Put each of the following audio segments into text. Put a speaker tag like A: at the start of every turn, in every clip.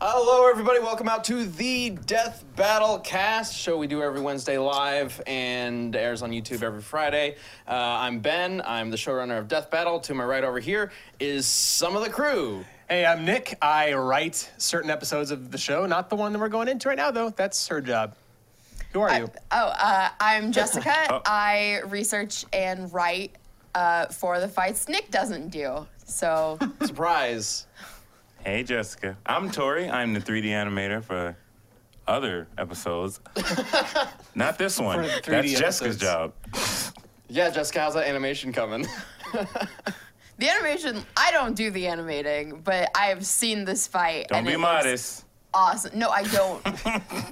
A: hello, everybody. Welcome out to the Death Battle Cast show we do every Wednesday live and airs on YouTube every Friday. Uh, I'm Ben. I'm the showrunner of Death Battle. To my right over here is some of the crew.
B: Hey, I'm Nick. I write certain episodes of the show, not the one that we're going into right now, though. That's her job. Who are you?
C: Oh, uh, I'm Jessica. I research and write uh, for the fights Nick doesn't do. So
A: Surprise.
D: Hey, Jessica. I'm Tori. I'm the 3D animator for other episodes. Not this one. That's
B: 3D
D: Jessica's
B: episodes.
D: job.
A: yeah, Jessica, how's that animation coming?
C: the animation, I don't do the animating, but I have seen this fight.
D: Don't
C: and
D: be
C: it looks
D: modest.
C: Awesome. No, I don't.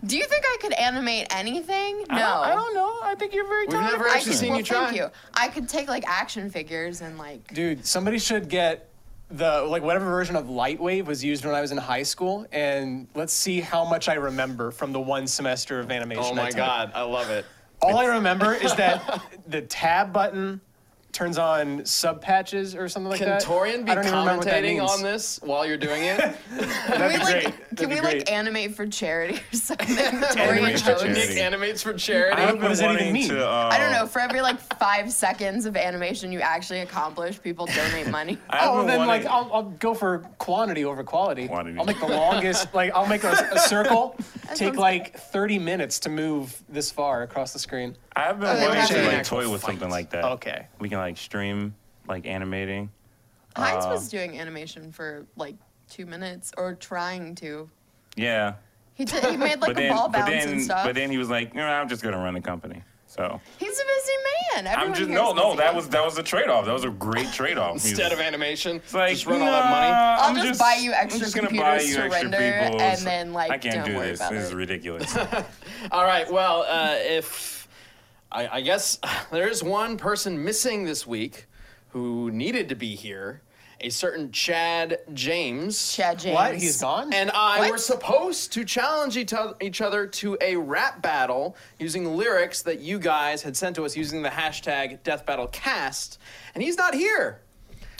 C: do you think I could animate anything?
A: Oh.
C: No.
D: I don't- I don't know. I think you're very
A: We've
D: talented.
A: never
C: I
A: actually
C: could,
A: seen
C: well,
A: you try.
C: Thank you. I could take like action figures and like.
B: Dude, somebody should get the like whatever version of Lightwave was used when I was in high school, and let's see how much I remember from the one semester of animation.
A: Oh
B: I
A: my
B: took.
A: God, I love it.
B: All I remember is that the tab button turns on sub patches or something like
A: Can
B: that.
A: Torian be
B: I don't even remember what that
A: commentating
B: means.
A: on this while you're doing it?
C: Can we like,
B: great. That'd
C: can
B: be
C: we
B: great.
C: like animate for charity or something? Tori
D: Animate for
C: goes-
D: charity.
A: Nick animates for charity.
B: What does that even
D: wanting
B: mean?
D: to, um,
C: I don't know. For every like five seconds of animation you actually accomplish, people donate money.
D: I
B: Oh,
D: haven't
B: then
D: wanted-
B: like I'll, I'll go for quantity over quality.
D: Quantity.
B: I'll make the longest. like I'll make a, a circle, take
C: sounds
B: like 30 minutes to move this far across the screen.
D: I've been
C: they
D: wanting
C: have
D: to
C: to do
D: like
A: an
D: toy
A: actual
D: with something
A: fight.
D: like that.
B: Okay.
D: We can like stream like animating.
C: Heinz
D: uh,
C: was doing animation for like two minutes or trying to.
D: Yeah.
C: He did. He made like
D: But
C: a
D: then,
C: ball
D: but
C: bounce
D: then,
C: and stuff.
D: but then he was like, "No, I'm just gonna run the company." So
C: He's a busy man. Everyone
D: I'm just
C: here
D: no,
C: is
D: no.
C: busy.
D: That was that was a trade off. That was a great trade off.
A: Instead of animation,
D: It's like,
A: just run all that money.
D: nah,
C: I'll
D: I'm
C: just buy you
D: I'm
C: extra
D: just gonna
C: computers
D: buy you
C: to
D: extra
C: render,
D: people.
C: and then, like,
D: I can't
C: don't
D: do
C: worry
D: this.
C: about
D: This is
C: it.
D: ridiculous.
A: All right. Well, uh, if I, I guess there is one person missing this week who needed to be here, a certain Chad James.
C: Chad James.
B: What? He's gone?
A: And I
C: What?
A: were supposed to challenge each other, each other to a rap battle using lyrics that you guys had sent to us using the hashtag DeathBattleCast, and he's not here.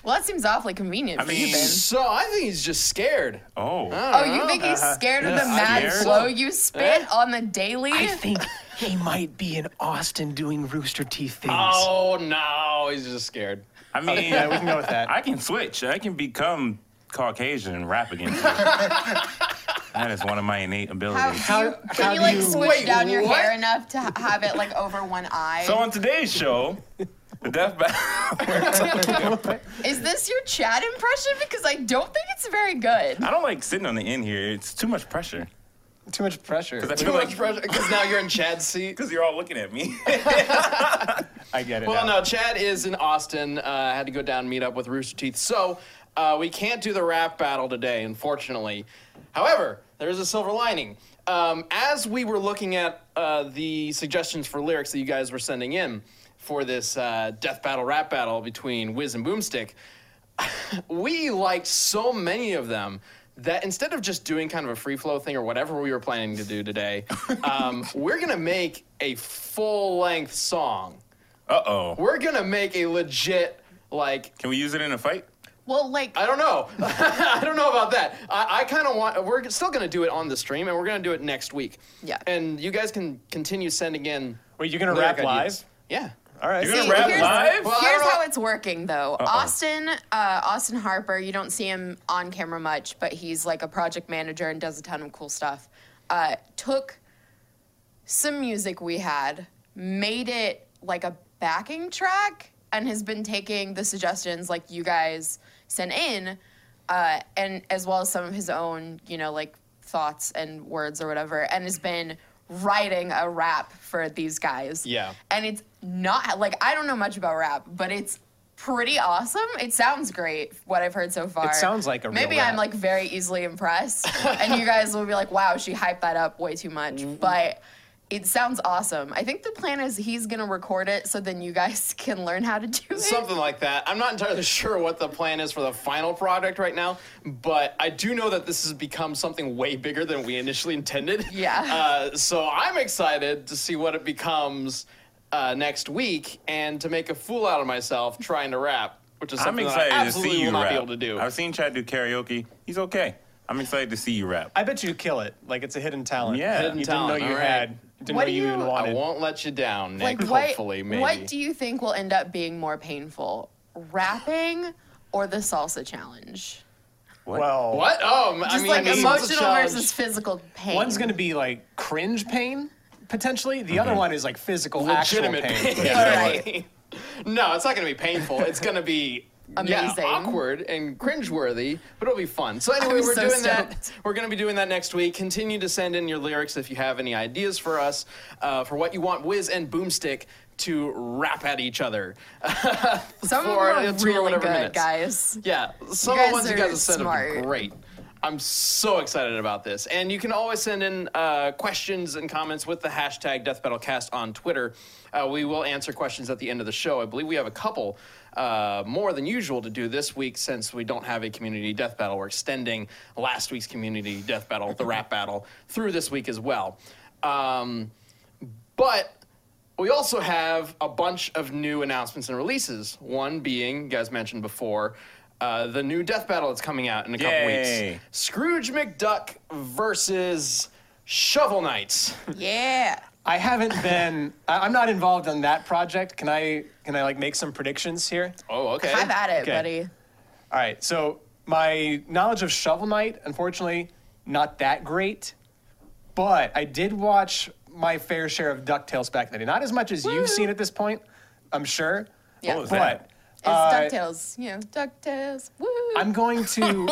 C: Well, that seems awfully convenient
D: I
C: for you,
D: mean-
C: Ben.
A: So I think he's just scared.
D: oh,
C: Oh, you think he's scared of the mad
D: Scared?
C: flow you spit on the daily?
B: Eh? think he might be in Austin doing Rooster Teeth things.
A: Oh no, he's just scared.
D: I mean,
B: yeah, we can go with that.
D: I can switch. I can become Caucasian and rap against you. that is one of my innate
C: How,
D: abilities.
C: do you,
B: How-
C: can
B: how
C: you
B: do
C: like
B: you-
C: switch
A: Wait,
C: down your
A: what?
C: hair enough to ha- have it like over one eye?
D: So on today's show, the death battle.
C: Is this your Chad impression? Because I don't think it's very good.
D: I don't like sitting on the end here. It's too much pressure.
B: Too much pressure.
D: 'Cause I
A: Too
D: feel
A: much
D: like
A: pressure because now you're in Chad's seat.
D: because you're all looking at me.
B: I get it.
A: Well,
B: now.
A: no, Chad is in Austin. Uh, had to go down and meet up with Rooster Teeth. So uh, we can't do the rap battle today, unfortunately. However, there's a silver lining. Um, as we were looking at uh, the suggestions for lyrics that you guys were sending in for this uh, death battle rap battle between Wiz and Boomstick, we liked so many of them that instead of just doing kind of a free flow thing or whatever we were planning to do today, um, we're gonna make a full length song
D: Uh oh.
A: we're gonna make a legit like
D: Can we use it in a fight?
C: Well, like,
A: I don't know. I don't know about that. I, I kind of want. We're still gonna do it on the stream, and we're gonna do it next week.
C: Yeah.
A: And you guys can continue sending in.
B: Wait, you're gonna
A: lyric
B: rap live?
A: ideas. Yeah.
B: All right.
D: You're
C: See,
D: gonna rap
C: here's-
D: live?
A: Well, I
C: here's
A: don't know.
C: how it's working though. Austin, uh, Austin Harper, you don't see him on camera much, but he's like a project manager and does a ton of cool stuff. Uh, took some music we had, made it like a backing track, and has been taking the suggestions like you guys sent in, uh, and as well as some of his own, you know, like thoughts and words or whatever, and has been writing a rap for these guys
A: Yeah.
C: and it's not like I don't know much about rap, but it's pretty awesome. It sounds great, what I've heard so far.
B: It sounds like a real
C: maybe I'm
B: rap.
C: like very easily impressed, and you guys will be like, "Wow, she hyped that up way too much,"
B: Mm-hmm.
C: but. It sounds awesome. I think the plan is he's gonna record it so then you guys can learn how to do it.
A: Something like that. I'm not entirely sure what the plan is for the final product right now, but I do know that this has become something way bigger than we initially intended.
C: Yeah.
A: Uh, so I'm excited to see what it becomes uh, next week and to make a fool out of myself trying to rap, which is
D: I'm
A: something that I
D: excited to
A: absolutely
D: see you
A: will not
D: rap.
A: be able to do.
D: I've seen Chad do karaoke. He's okay. I'm excited to see you rap.
B: I bet you kill it. Like it's a hidden talent.
D: Yeah.
B: you
D: Hidden
B: didn't know
A: talent,
B: you
A: all right.
B: had. Didn't
C: What
B: know
C: do
B: you,
C: you-
B: even
C: I
A: I
B: wanted.
A: won't let you down, Nick.
C: Like what?
A: hopefully, maybe.
C: What do you think will end up being more painful, rapping or the salsa challenge?
D: What?
B: Well,
A: What? Oh, m- I
C: Just
A: mean,
C: like
A: I mean, it's a
C: emotional
A: challenge.
C: versus physical pain.
B: one's gonna be like cringe pain potentially. The other one is like physical,
A: legitimate
B: actual
A: pain.
B: pain.
C: Yeah. Alright.
A: no, it's not going to be painful. It's going to be yeah,
C: Amazing.
A: awkward and cringeworthy, but it'll be fun. So anyway,
C: I'm
A: we're
C: so
A: doing that.
C: stoked.
A: We're going to be doing that next week. Continue to send in your lyrics if you have any ideas for us uh, for what you want Wiz and Boomstick to rap at each other.
C: Some of them
A: for
C: are
A: two or
C: really good,
A: whatever minutes.
C: guys.
A: Yeah, some
C: You
A: of
C: guys
A: the ones you
C: are
A: guys have sent have been
C: smart.
A: great. I'm so excited about this. And you can always send in uh, questions and comments with the hashtag Death Battle Cast on Twitter. Uh, we will answer questions at the end of the show. I believe we have a couple uh, more than usual to do this week since we don't have a community death battle. We're extending last week's community death battle, the rap battle, through this week as well. Um, but we also have a bunch of new announcements and releases. One being, you guys mentioned before, uh, the new Death Battle that's coming out in a couple
D: Yay.
A: weeks. Scrooge McDuck versus Shovel Knight.
C: Yeah.
B: I haven't been. I, I'm not involved in that project. Can I? Can I like make some predictions here?
A: Oh, okay.
C: Have at it,
B: Okay.
C: buddy.
B: All right. So my knowledge of Shovel Knight, unfortunately, not that great. But I did watch my fair share of Ducktales back in the day. Not as much as you've seen at this point, I'm sure.
C: Yeah.
D: What was
B: But
D: that?
C: It's
B: uh,
C: DuckTales. You know, DuckTales. Woo!
B: I'm going to.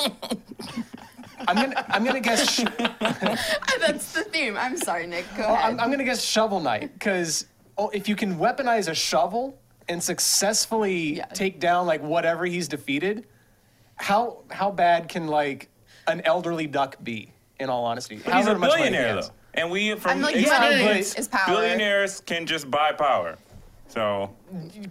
B: I'm gonna. I'm gonna guess. sh-
C: That's the theme. I'm sorry, Nick. Go
B: Well,
C: ahead.
B: I'm, I'm gonna guess Shovel Knight because oh, if you can weaponize a shovel and successfully
C: Yeah.
B: take down like whatever he's defeated, how how bad can like an elderly duck be? In all honesty,
D: But he's a
B: However much money he
D: billionaire
B: has.
D: though, and we from
C: I'm like,
B: yeah,
C: money
B: but
C: is power.
D: billionaires can just buy power. So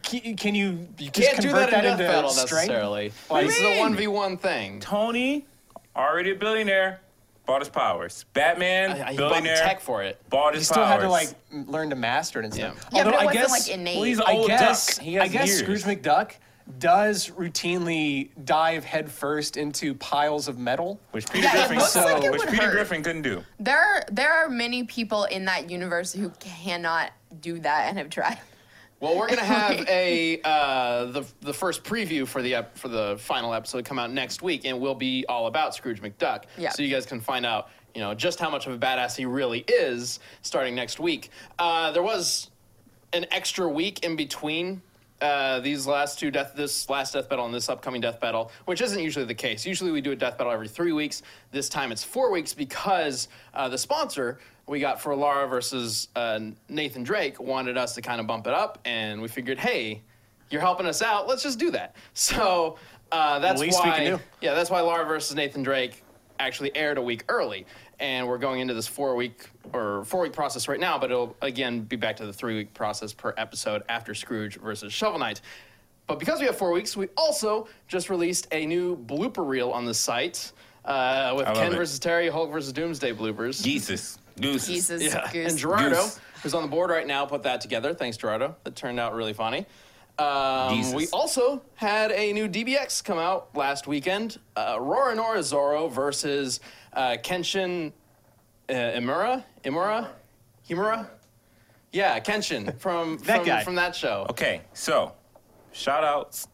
B: Can, can you, you
A: Can't
B: just
A: do
B: convert
A: that in Death
B: into
A: Battle
B: strength?
A: necessarily.
B: Like-
A: this is a
D: What do you
A: one
D: mean?
A: v one thing.
D: Tony, already a billionaire, bought his powers. Batman,
A: I, I bought the
D: billionaire,
A: tech for it.
D: bought
B: You
D: his
B: still
D: powers.
B: had to like m- learn to master it and stuff.
A: Yeah.
C: yeah, but it
B: Although I
C: wasn't
B: guess,
C: like innate.
D: Well, he's an
B: I
D: old
B: guess,
D: duck. He
B: I
D: has
B: guess
D: years.
B: Scrooge McDuck does routinely dive headfirst into piles of metal.
D: which Peter
C: Yeah, it
D: Griffin,
C: looks
B: like it
D: which
C: would
D: Peter
C: hurt.
D: Griffin couldn't do.
C: There are there are many people in that universe who cannot do that and have tried.
A: Well, we're gonna have a uh, the the first preview for the ep- for the final episode come out next week, and will be all about Scrooge McDuck.
C: Yeah.
A: So you guys can find out, you know, just how much of a badass he really is starting next week. Uh, there was an extra week in between. Uh, these last two death, this last death battle and this upcoming death battle, which isn't usually the case. Usually we do a death battle every three weeks. This time it's four weeks because uh, the sponsor we got for Lara versus uh, Nathan Drake wanted us to kind of bump it up, and we figured, hey, you're helping us out. Let's just do that. So uh, that's
B: least we
A: why.
B: can do.
A: Yeah, that's why Lara versus Nathan Drake actually aired a week early, and we're going into this four week or four week process right now. But it'll again be back to the three week process per episode after Scrooge versus Shovel Knight. But because we have four weeks, we also just released a new blooper reel on the site uh, with
D: I love
A: Ken
D: it.
A: versus Terry, Hulk versus Doomsday bloopers.
D: Jesus, deuces.
C: Jesus,
A: Yeah.
C: goose.
A: And Gerardo,
D: Goose.
A: who's on the board right now, put that together. Thanks, Gerardo. That turned out really funny. Um,
D: Jesus.
A: we also had a new DBX come out last weekend. Uh, Roranora Zoro versus uh, Kenshin uh, Imura? Imura? Himura? Yeah, Kenshin from,
B: That
A: from,
B: guy.
A: from that show.
D: Okay, so shout outs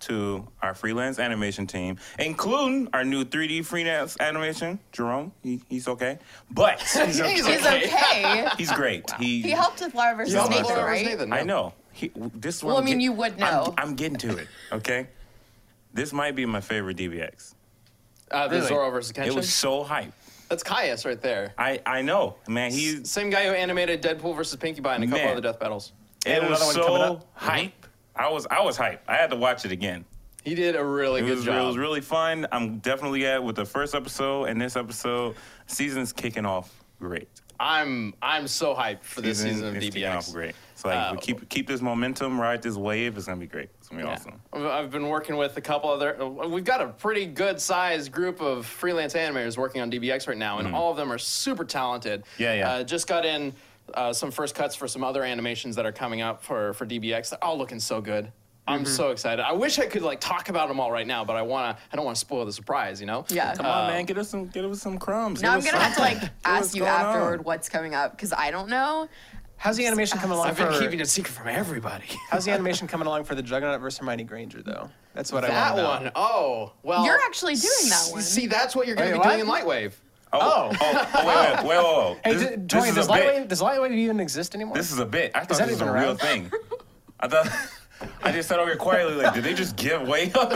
D: to our freelance animation team, including our new 3D freelance animation, Jerome. He, he's okay, but he's,
A: He's
C: He's
A: okay.
C: okay.
D: great. He,
C: he helped with Lara versus
D: Yeah,
A: Help
D: Nathan,
A: us, Laura versus
C: right?
A: Nathan,
D: I
A: yeah.
D: know. He, this is where
C: Well, I
D: I'm
C: mean,
D: get-
C: you would
D: I'm-
C: know.
D: I'm, getting to it. Okay, this might be my favorite DBX.
A: Uh, the
B: Really?
A: Zoro versus Kenshin.
D: It was so hype.
A: That's Caius right there.
D: I I know, man. He
A: Same guy who animated Deadpool versus Pinkie Pie and a couple
D: Man.
A: other death battles.
D: it
B: another
D: was
B: one coming
D: so
B: up.
A: Mm-hmm.
D: hype. I was I was hype. I had to watch it again.
A: He did a really
D: It
A: good
D: was,
A: job.
D: it was really fun. I'm definitely at with the first episode and this episode. Season's kicking off great.
A: I'm I'm so hyped for this season of
D: is kicking off
A: DBX.
D: great. It's like
A: Uh,
D: we keep keep this momentum, ride this wave. It's gonna be great. It's gonna be
A: Yeah.
D: awesome.
A: I've- I've been working with a couple other. uh, We've got a pretty good sized group of freelance animators working on DBX right now, and all of them are super talented.
D: Mm-hmm. Yeah, yeah.
A: Uh, just got in uh, some first cuts for some other animations that are coming up for for DBX. They're all looking so good. I'm
C: Mm-hmm.
A: so excited. I wish I could like talk about them all right now, but I wanna. I don't want to spoil the surprise. You know.
C: Yeah.
D: Come
A: Uh,
D: on, man, get us some, get us some crumbs.
C: Now I'm
D: Give
C: gonna
D: us
C: have to like
D: something. What's
C: ask you
D: going on?
C: afterward what's coming up because I don't know.
B: How's the animation coming along
A: I've been
B: for?
A: keeping it secret from everybody.
B: How's the animation coming along for the Juggernaut versus Hermione Granger though? That's what I
A: that
B: want to know.
A: one. Oh, well.
C: You're actually doing that
A: s-
C: one.
A: See, that's what you're going to
B: Wait,
A: be doing in
B: what?
A: Lightwave.
D: Oh, oh, oh, wait, wait, wait, wait, wait.
B: Hey,
D: This-
B: d-
D: this
B: Tony,
D: is
B: does
D: a bit.
B: lightwave does lightwave even exist anymore?
D: This is a bit. I thought
B: that
D: this was a
B: even
D: real
B: around?
D: thing. I thought I just sat over here quietly, like, did they just give way up?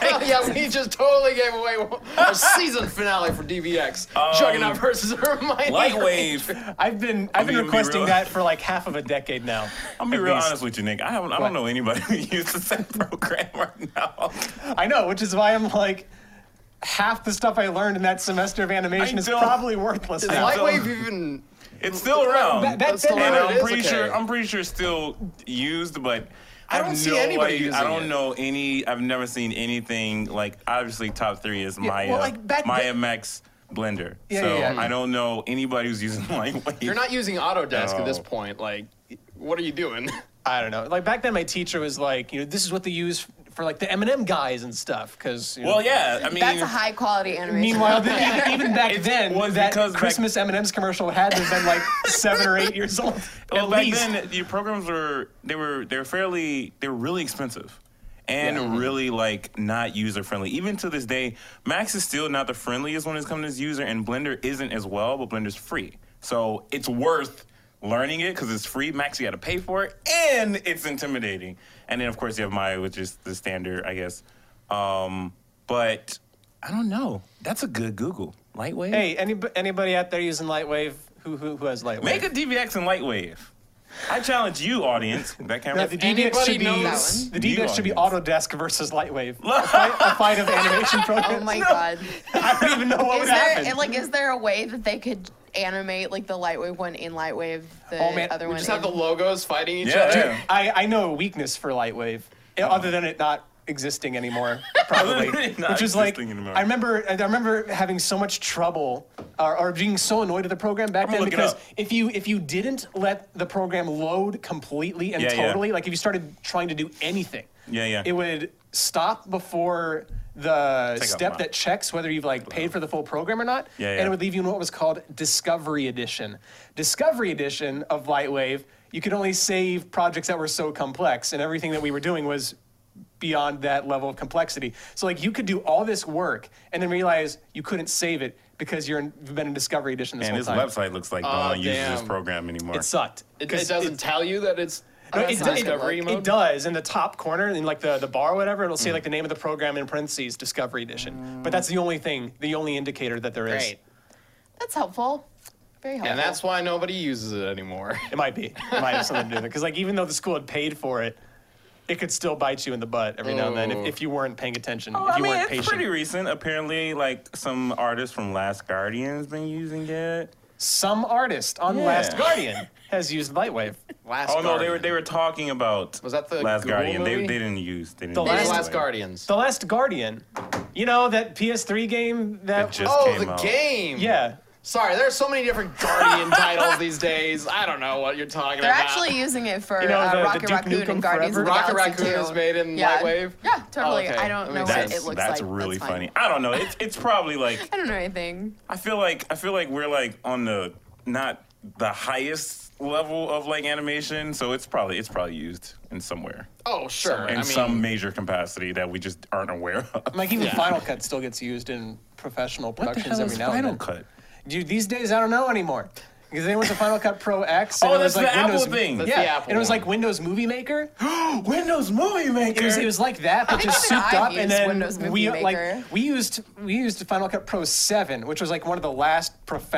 A: Oh, yeah, we just totally gave away our season finale for DBX.
D: Um,
A: Juggernaut versus Hermione.
D: Lightwave.
B: I've been I've been
D: gonna be
B: requesting
D: real.
B: that for like half of a decade now.
D: I'm gonna
B: at
D: be real
B: least.
D: honest with you, Nick. I don't, I
B: What?
D: don't know anybody who uses that program right now.
B: I know, which is why I'm like half the stuff I learned in that semester of animation
D: I
B: is
D: don't-
B: probably worthless
A: Is
B: now.
D: like-
A: Lightwave even?
D: It's still around,
B: That-
A: That's
B: been
A: still
D: and
A: around.
B: around.
A: It
D: I'm
A: is
D: pretty
A: okay.
D: sure I'm pretty sure it's still used, but.
A: I don't
D: have
A: see
D: no
A: anybody
D: idea- I
A: using
D: don't
A: it.
D: know any. I've never seen anything like. Obviously, top three is Maya,
B: well, like, back
D: Maya
B: then-
D: Max Blender.
B: Yeah,
D: so
B: yeah, yeah.
D: I don't know anybody who's using Lightwave.
A: You're not using Autodesk at this
D: No.
A: point. Like, what are you doing?
B: I don't know. Like back then, my teacher was like, you know, this is what they use for like the M&M guys and stuff. Because
D: Well, yeah. I mean,
C: That's a high quality animation.
B: Meanwhile, the, even back then,
D: was
B: that
D: because back-
B: Christmas M&M's commercial had to have been like seven or eight years old.
D: Well,
B: at
D: back
B: least.
D: then, your programs were they were they were fairly they were really expensive, and really like not user friendly. Even to this day, Max is still not the friendliest when it's coming to its user, and Blender isn't as well. But Blender's free, so it's worth learning it because it's free. Max, you got to pay for it, and it's intimidating. And then of course you have Maya, which is the standard, I guess. Um, but I don't know. That's a good Google Lightwave.
B: Hey, anybody, anybody out there using Lightwave? Who, who, who has Lightwave?
D: Make a DVX and Lightwave. I challenge you, audience. That
B: Yeah,
D: camera.
B: the DDX should
A: Anybody
B: be
A: knows
B: the DDX should be
D: you
B: Autodesk versus Lightwave. a, fight, a fight of animation programs.
C: oh my
B: No,
C: god.
B: I don't even know what
C: Is
B: would
C: there
B: happen.
C: like is there a way that they could animate like the lightwave one in lightwave, the
B: Oh, man,
C: other
B: we
C: one?
A: Just have the
C: in-
A: logos fighting each
D: Yeah,
A: other.
D: yeah.
B: I, I know a weakness for Lightwave, i-
D: Uh-huh.
B: other than it not existing anymore, probably.
D: Not
B: Which is like,
D: existing anymore.
B: I remember, I remember having so much trouble or, or being so annoyed at the program back
D: gonna
B: then
D: look it
B: because
D: up.
B: if you if you didn't let the program load completely and
D: Yeah, yeah.
B: totally, like if you started trying to do anything,
D: Yeah, yeah.
B: it would stop before the
D: Take out
B: step
D: mine.
B: that checks whether you've like paid for the full program or not,
D: Yeah,
B: and
D: yeah.
B: it would leave you in what was called Discovery Edition. Discovery Edition of Lightwave, you could only save projects that were so complex, and everything that we were doing was beyond that level of complexity. So like you could do all this work and then realize you couldn't save it because you're in, you've been in Discovery Edition this
D: And
B: whole
D: this
B: time.
D: website looks like no
A: Aw,
D: one uses this
A: damn.
D: program anymore.
B: It sucked.
A: It, it
B: 'Cause
A: doesn't tell you that it's
B: no,
A: uh,
B: it,
A: it's
B: does-
A: discovery
B: it,
A: mode.
B: it does in the top corner in like the, the bar or whatever it'll say
D: Mm.
B: like the name of the program in parentheses discovery edition but that's the only thing the only indicator that there is
A: Great.
C: That's helpful. Very helpful.
A: And that's why nobody uses it anymore.
B: It might be. It might have something to do with it. Because like even though the school had paid for it, it could still bite you in the butt every now and then
A: Ooh.
B: if, if you weren't paying attention.
D: Oh,
B: if
D: I
B: you
D: mean,
B: weren't
D: it's
B: patient.
D: pretty recent. Apparently, like some artists from Last Guardian's been using it.
B: Some artist on
D: Yeah.
B: Last Guardian has used Lightwave.
A: Last
D: Oh no, they were
A: Guardian.
D: they were talking about
A: Was that the
D: Last
A: Google
D: Guardian? They,
A: movie?
D: they didn't use they didn't
B: The
D: use
A: They were
B: Last-
A: Last
D: Lightwave.
A: Guardians.
B: The Last Guardian. You know that PS3 game that
D: It just
A: oh,
D: came
A: the
D: out.
A: game.
B: Yeah.
A: Sorry, there's so many different Guardian titles these days. I don't know what you're talking
C: They're
A: about.
C: actually using it for
B: You know, the-
C: uh,
B: the
C: Rocket
B: Duke
C: Raccoon
B: Nukem
C: and Guardians of the
A: Forever? Rocket
C: Galaxy
A: Raccoon
C: 2.
A: is made in
C: yeah.
A: Lightwave?
C: Yeah, totally.
A: Oh, okay.
C: I
A: That
C: don't know
A: makes
C: what
A: sense.
C: it looks
D: that's
C: like.
D: really
C: fine.
D: funny. I don't know. It's it's probably like
C: I don't know anything.
D: I feel like I feel like we're like on the not the highest level of like animation, so it's probably it's probably used in somewhere
A: Oh, sure.
D: in
A: I mean,
D: some major capacity that we just aren't aware of.
B: Like even
A: Yeah.
B: Final Cut still gets used in professional productions every now and
D: Final
B: then.
D: Cut?
B: Dude, these days I don't know anymore. Because they went to Final Cut Pro X. And
D: Oh,
B: it was
D: that's
B: like
D: the Apple
B: Windows,
D: thing. That's
A: the
B: yeah,
A: Apple
B: and it was
A: one.
B: like Windows Movie Maker.
D: Windows Movie Maker.
B: It was, it was like that, but
C: think
B: just
C: even
B: souped
C: I've
B: up, and
C: used
B: then
C: Windows Movie
B: we
C: Maker.
B: like we used we used Final Cut Pro Seven, which was like one of the last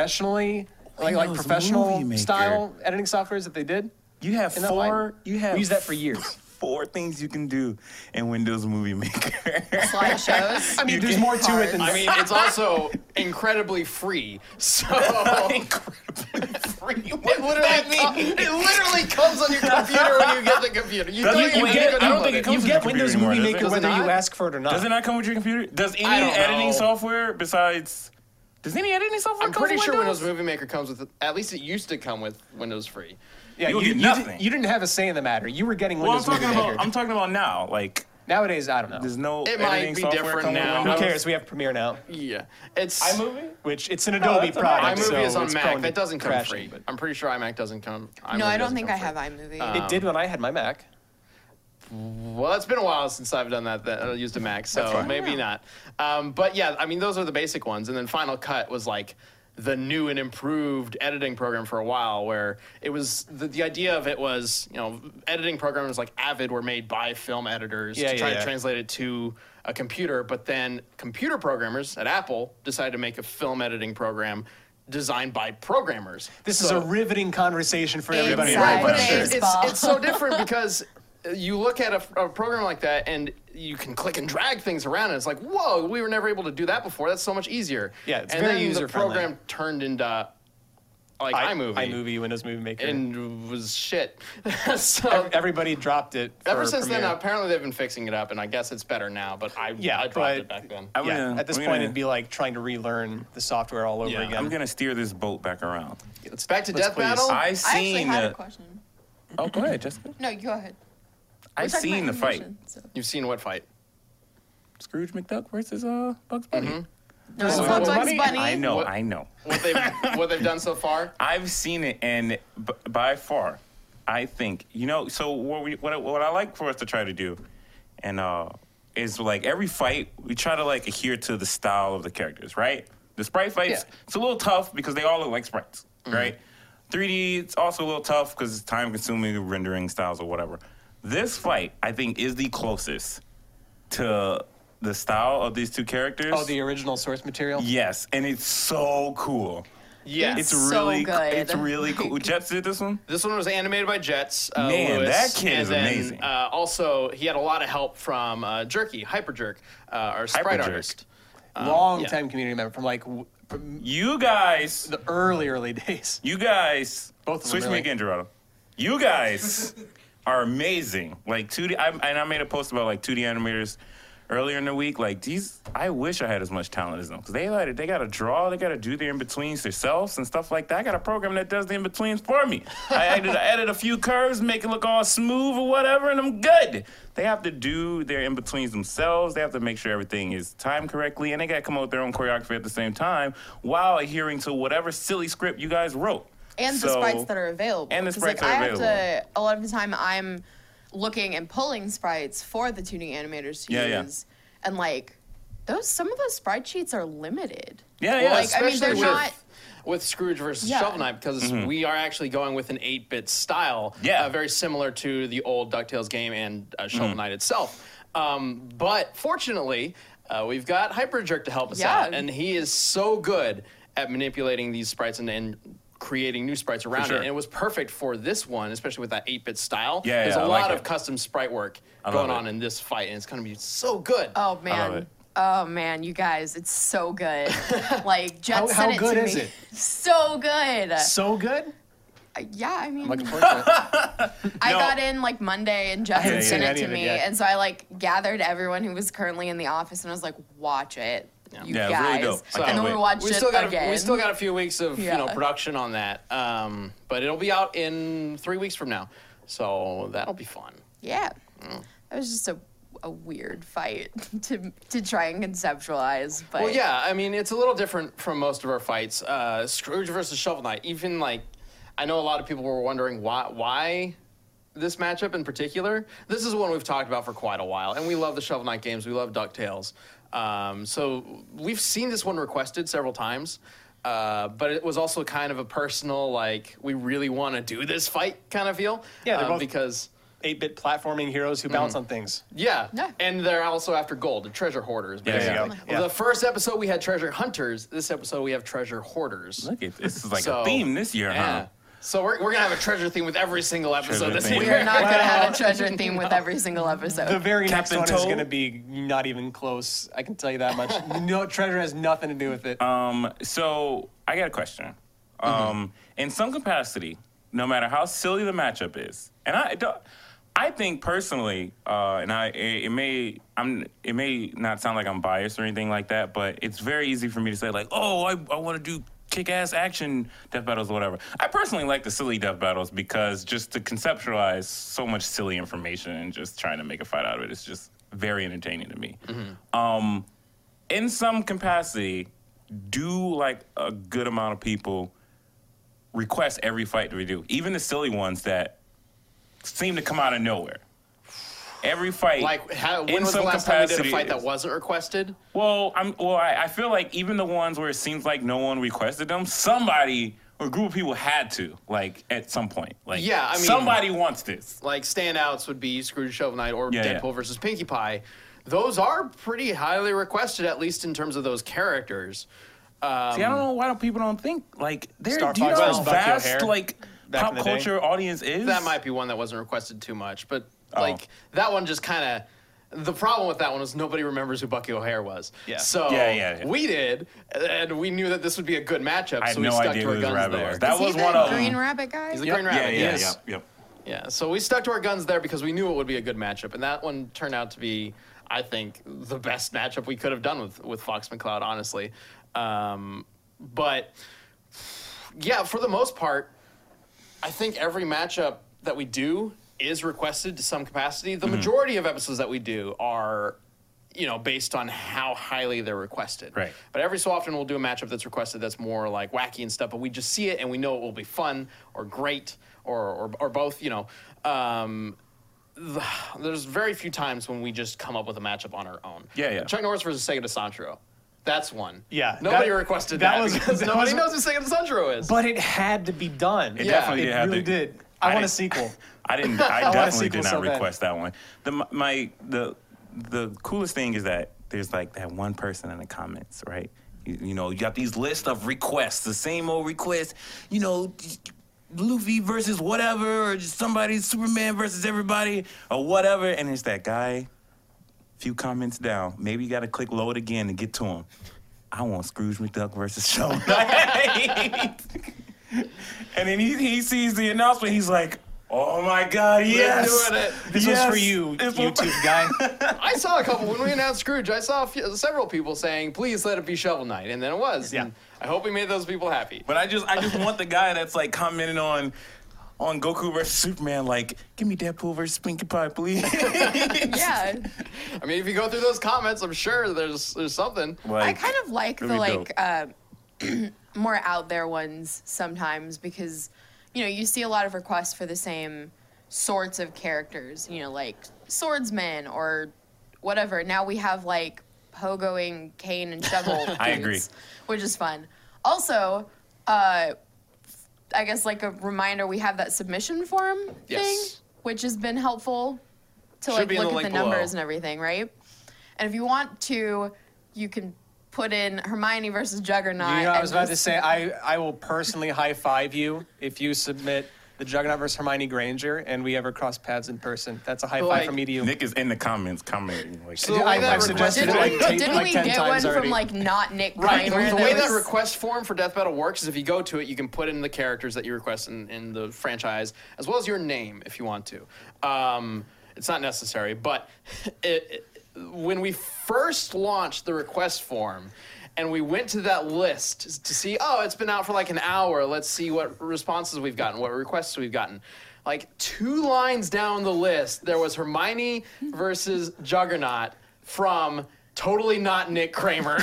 B: professionally like like
D: Windows Movie
B: professional
D: Maker.
B: style editing softwares that they did.
D: you have
B: in that line.
D: four. You have
B: we used that for years.
D: four things you can do in Windows Movie Maker.
C: Slideshows.
B: I mean,
D: You
B: there's
D: can-
B: more to it than
A: I mean, it's also incredibly free. So it
D: Incredibly free.
A: literally, co- it literally comes on your computer when you get the computer. You
D: Doesn't
A: don't
D: it-
A: even
D: you
A: need to
D: get-
A: go
D: I don't
A: download
D: think it
A: it.
D: comes
B: you
D: with
B: get
D: the
B: Windows
D: computer
B: Movie
D: anymore, does
B: Maker
D: it?
B: whether
A: Does it
B: you
A: not?
B: ask for it or not.
D: Does it not come with your computer? Does any
A: I don't
D: editing
A: know.
D: software besides? Does any editing software
A: I'm
D: come
A: pretty
D: with
A: sure Windows Movie Maker comes with at least it used to come with Windows Free.
B: Yeah,
D: you,
B: you,
D: will get
B: you
D: nothing.
B: Did, you didn't have a say in the matter. You were getting
D: well, I'm
B: Windows
D: talking
B: Movie
D: about
B: Maker.
D: I'm talking about now. Like
B: Nowadays, I don't know.
D: there's no
A: It might
D: editing
A: be
D: software
A: different
D: coming with
A: now.
D: Windows.
B: Who cares? We have Premiere now,
A: Yeah, it's
E: iMovie?
B: which it's an Adobe
E: that's a
B: product.
E: Mac.
A: iMovie
B: so
A: is on
B: it's
A: Mac.
B: prone to
A: That doesn't come
B: crashing,
A: free.
B: but-
A: I'm pretty sure iMac doesn't come.
C: No,
A: iMovie
C: I don't
A: doesn't
C: think
A: come
C: I
A: free.
C: have iMovie.
D: Um,
B: It did when I had my Mac.
A: Well, it's been a while since I've done that. That uh, used a Mac, so maybe not. Um, but yeah, I mean, those are the basic ones. And then Final Cut was like the new and improved editing program for a while, where it was the, the idea of it was you know editing programs like Avid were made by film editors
B: Yeah,
A: to
B: yeah,
A: try to
B: yeah.
A: translate it to a computer. But then computer programmers at Apple decided to make a film editing program designed by programmers.
B: This
A: So-
B: is a riveting conversation for everybody.
D: Exactly.
B: right now.
D: But
A: it's,
D: sure.
A: it's- it's so different because you look at a, a program like that and you can click and drag things around, and it's like, whoa, we were never able to do that before. That's so much easier.
B: Yeah, it's
A: and
B: very
A: then the
B: user-friendly.
A: program turned into like
B: I-
A: iMovie,
B: iMovie, Windows Movie Maker.
A: and was shit. so.
B: Ev- everybody dropped it. for
A: Ever since then,
B: Premiere.
A: apparently they've been fixing it up, and I guess it's better now. But I,
B: Yeah,
A: I dropped
B: but-
A: it back then.
D: I
B: Oh,
D: would-
B: yeah,
D: I'm
B: at this
D: gonna-
B: point, it'd be like trying to relearn the software all over
A: Yeah,
B: again.
D: I'm gonna steer this boat back around.
A: It's back to
B: let's
A: Death
B: please-
A: Battle.
D: I
C: I actually
D: seen
C: had a
D: the.
C: question.
D: Oh, go ahead, Jessica.
C: No, you go ahead.
D: I've seen the fight.
A: You've seen what fight?
D: Scrooge McDuck versus uh Bugs Bunny.
C: No, it's
B: So-
C: not Bugs
B: Bunny?
C: Bunny.
D: I know,
A: What-
D: I know.
A: What they've what they've done so far?
D: I've seen it, and b- by far, I think you know. So what we what I, what I like for us to try to do, and uh, is like every fight we try to like adhere to the style of the characters, right? The sprite fights
A: Yeah.
D: it's a little tough because they all look like sprites,
B: Mm-hmm.
D: right? 3D it's also a little tough because it's time consuming rendering styles or whatever. This fight I think is the closest to the style of these two characters.
B: Oh, the original source material.
D: yes, and it's so cool.
A: Yes.
D: It's
C: So
D: really, co-
C: good.
D: it's really cool. Jets did this one.
A: This one was animated by Jets. Uh,
D: Man,
A: Lewis,
D: that kid
A: and
D: is
A: then,
D: amazing.
A: Uh, also, he had a lot of help from uh, Jerky, Hyperjerk, uh, our sprite
D: Hyperjerk.
A: artist.
B: Um, Long
A: yeah.
B: time community member from like w- from
D: You guys,
B: the early early days.
D: you guys,
B: Both of them,
D: switch me
B: really.
D: again, Gerardo. You guys are amazing. Like 2D, I, and I made a post about like 2D animators earlier in the week. Like these, I wish I had as much talent as them because they like they got to draw, they got to do their in betweens themselves and stuff like that. I got a program that does the in betweens for me. I added, I added a few curves, make it look all smooth or whatever, and I'm good. They have to do their in betweens themselves. They have to make sure everything is timed correctly, and they got to come up with their own choreography at the same time while adhering to whatever silly script you guys wrote.
C: and the
D: So-
C: sprites that are available.
D: and the
C: 'Cause, like,
D: sprites that are
C: I Have to, a lot of the time, I'm looking and pulling sprites for the 2D animators to
D: Yeah, yeah.
C: use, and like those, some of those sprite sheets are limited.
D: Yeah, yeah.
C: Like, I mean, they're
A: Especially
C: not.
A: with Scrooge versus
C: Yeah.
A: Shovel Knight because we are actually going with an 8 bit style.
D: Mm-hmm. Yeah. Mm-hmm.
A: uh, very similar to the old DuckTales game and uh, Shovel Knight itself. Um, but fortunately, uh, we've got Hyperjerk to help us
C: Yeah.
A: out, and he is so good at manipulating these sprites and. and creating new sprites around
D: sure.
A: it and it was perfect for this one especially with that 8-bit style
D: Yeah,
A: there's
D: yeah,
A: a
D: I
A: lot
D: like
A: of
D: it.
A: custom sprite work
D: I love
A: going on
D: it.
A: in this fight and it's going to be so good
C: Oh man.
D: it.
C: Oh man, you guys, it's so good. like Jet
B: How-
C: sent
B: how
C: it
B: good
C: to
B: is
C: me.
B: it?
C: So good.
B: So good.
C: yeah, I mean,
B: Looking forward to it.
C: I
D: No.
C: got in like Monday and Jeff
D: haven't
C: had sent
D: seen
C: it
B: any
C: to
B: of it
C: me.
B: yet.
C: and so I like gathered everyone who was currently in the office and I was like, watch it. You
D: Yeah, it's
C: guys.
D: really dope. I
C: and
D: can't
C: then we
D: wait.
C: watched
A: we
C: it
A: still got
C: again.
A: A, we still got a few weeks of you know
C: Yeah.
A: production on that, um, but it'll be out in three weeks from now, so that'll be fun.
C: yeah. That was just a, a weird fight to to try and conceptualize. But
A: Well, yeah, I mean it's a little different from most of our fights. Uh, Scrooge versus Shovel Knight, even like I know a lot of people were wondering why why this matchup in particular. This is one we've talked about for quite a while, and we love the Shovel Knight games. We love Ducktales, um, so we've seen this one requested several times. Uh, but it was also kind of a personal, like we really want to do this fight kind of feel.
B: Yeah, they're
A: um,
B: both-
A: because
B: Eight bit platforming heroes who bounce on things.
A: yeah.
C: Yeah.
A: And they're also after gold, the treasure hoarders.
D: Yeah,
A: basically.
D: yeah.
B: There you go. Yeah.
A: The first episode we had treasure hunters. This episode we have treasure hoarders.
D: Look, at, this is like
A: So-
D: a theme this year, huh?
A: Yeah. So we're, we're gonna have a treasure theme with every single episode
D: Treasure
A: this
D: theme.
C: we
A: year.
C: are not gonna have a treasure theme with every single episode.
B: The very
D: Captain
B: next one is
D: Toad?
B: going to be not even close. I can tell you that much. no treasure has nothing to do with it.
D: Um, so I got a question.
A: Mm-hmm.
D: Um, in some capacity, no matter how silly the matchup is, and I don't, I think personally, uh, and I it, it may I'm it may not sound like I'm biased or anything like that, but it's very easy for me to say like, oh, I, I want to do kick-ass action death battles or whatever. I personally like the silly death battles because just to conceptualize so much silly information and just trying to make a fight out of it is just very entertaining to
A: Mm-hmm.
D: me. Um, in some capacity, do like a good amount of people request every fight that we do, even the silly ones that seem to come out of nowhere. Every fight,
A: Like, how, when
D: in
A: was the
D: some
A: last time we did a
D: capacity
A: fight that
D: is-
A: wasn't requested?
D: well, I'm well. I, I feel like even the ones where it seems like no one requested them, somebody or group of people had to like at some point. Like
A: Yeah, I mean-
D: somebody wants this.
A: Like standouts would be Scrooge Shovel Knight or
D: Yeah, yeah.
A: Deadpool versus Pinkie Pie. Those are pretty highly requested, at least in terms of those characters.
D: See, I don't know why don't people don't think like there.
B: Star
D: Do you know
B: Fox
D: how
B: versus Bucky
D: vast
B: O'Hare
D: like
B: back in
D: pop
B: the day?
D: culture audience is?
A: That might be one that wasn't requested too much, but
D: Oh.
A: like that one just kind of. The problem with that one is nobody remembers who Bucky O'Hare was.
B: Yeah.
A: So
D: Yeah, yeah, yeah.
A: we did, and we knew that this would be a good matchup,
D: I had
A: so we
D: no
A: stuck
D: idea
A: to our
D: who this
A: guns
D: rabbit
A: there.
D: was. That
C: Is he
D: was
C: the
D: one of
C: Green
D: them.
C: Rabbit guy.
A: He's a
B: Yep.
A: green
D: Yeah,
A: rabbit.
D: yeah,
A: yes.
D: yeah, yep.
A: Yeah, so we stuck to our guns there because we knew it would be a good matchup, and that one turned out to be, I think, the best matchup we could have done with with Fox McCloud, honestly. Um, but yeah, for the most part, I think every matchup that we do is requested to some capacity. The
D: Mm-hmm.
A: majority of episodes that we do are, you know, based on how highly they're requested.
D: Right.
A: But every so often we'll do a matchup that's requested that's more like wacky and stuff, but we just see it and we know it will be fun or great or or, or both. You know, um, th- there's very few times when we just come up with a matchup on our own.
D: Yeah, yeah.
A: Chuck Norris versus Sega DeSantro. That's one.
B: Yeah,
A: Nobody
B: that-
A: requested
B: that
A: that,
B: was-
A: because
B: that
A: nobody
B: was-
A: knows who Sega DeSantro is.
B: But it had to be done.
D: It
A: Yeah,
D: definitely
B: it
D: did have
B: really
D: to-
B: did. I,
D: I
B: want a
D: didn't-
B: sequel.
D: I didn't. I
A: Oh,
B: a
D: definitely
B: sequel
D: did not
B: so bad.
D: request that one. The my the the coolest thing is that there's like that one person in the comments, right? You, you know, you got these list of requests, the same old requests. You know, Luffy versus whatever, or just somebody Superman versus everybody, or whatever. And it's that guy. Few comments down. Maybe you got to click load again to get to him. I want Scrooge McDuck versus Shovel Knight. and then he, he sees the announcement. He's like, "Oh my God, yes!"
A: doing it.
B: This
D: Yes,
B: was for you,
D: this was-
B: YouTube guy.
A: I saw a couple when we announced Scrooge. I saw a few, several people saying, "Please let it be Shovel Knight," and then it was.
B: Yeah.
A: And I hope we made those people happy.
D: But I just I just want the guy that's like commenting on on Goku versus Superman, like, "Give me Deadpool versus Pinkie Pie, please."
C: yeah.
A: I mean, if you go through those comments, I'm sure there's there's something.
C: I
D: Like,
C: kind of like the
D: really
C: like
D: dope.
C: uh, more out there ones sometimes because you know you see a lot of requests for the same sorts of characters. You know, like swordsmen or whatever. Now we have like pogoing cane and shovel.
D: I
C: dudes,
D: agree.
C: which is fun. Also, uh, I guess like a reminder, we have that submission form
A: Yes.
C: thing, which has been helpful to
A: Should
C: like
A: be in the
C: look at
A: link
C: the
A: below.
C: numbers and everything, right? And if you want to, you can put in Hermione versus Juggernaut.
B: You know, I
C: and
B: was about to
C: just-
B: say, I, I will personally high five you if you submit the Juggernaut versus Hermione Granger and we ever cross paths in person. That's a high
A: But,
B: five
A: like,
B: from me to you.
D: Nick is in the comments commenting like, "Oh
A: So-
B: Dude, I,
A: that
B: have suggested it
C: Didn't,
B: like,
C: we,
B: ta-
C: didn't
B: like
C: we
B: 10
C: get one
B: times already.
C: from like not Nick
A: Right.
C: Kramer?
A: The way that
C: was-
A: request form for Death Battle works is if you go to it, you can put in the characters that you request in, in the franchise, as well as your name if you want to. Um, it's not necessary, but it, it- when we first launched the request form, and we went to that list to see, oh, it's been out for like an hour. Let's see what responses we've gotten, what requests we've gotten. Like two lines down the list, there was Hermione versus Juggernaut from totally not Nick Kramer.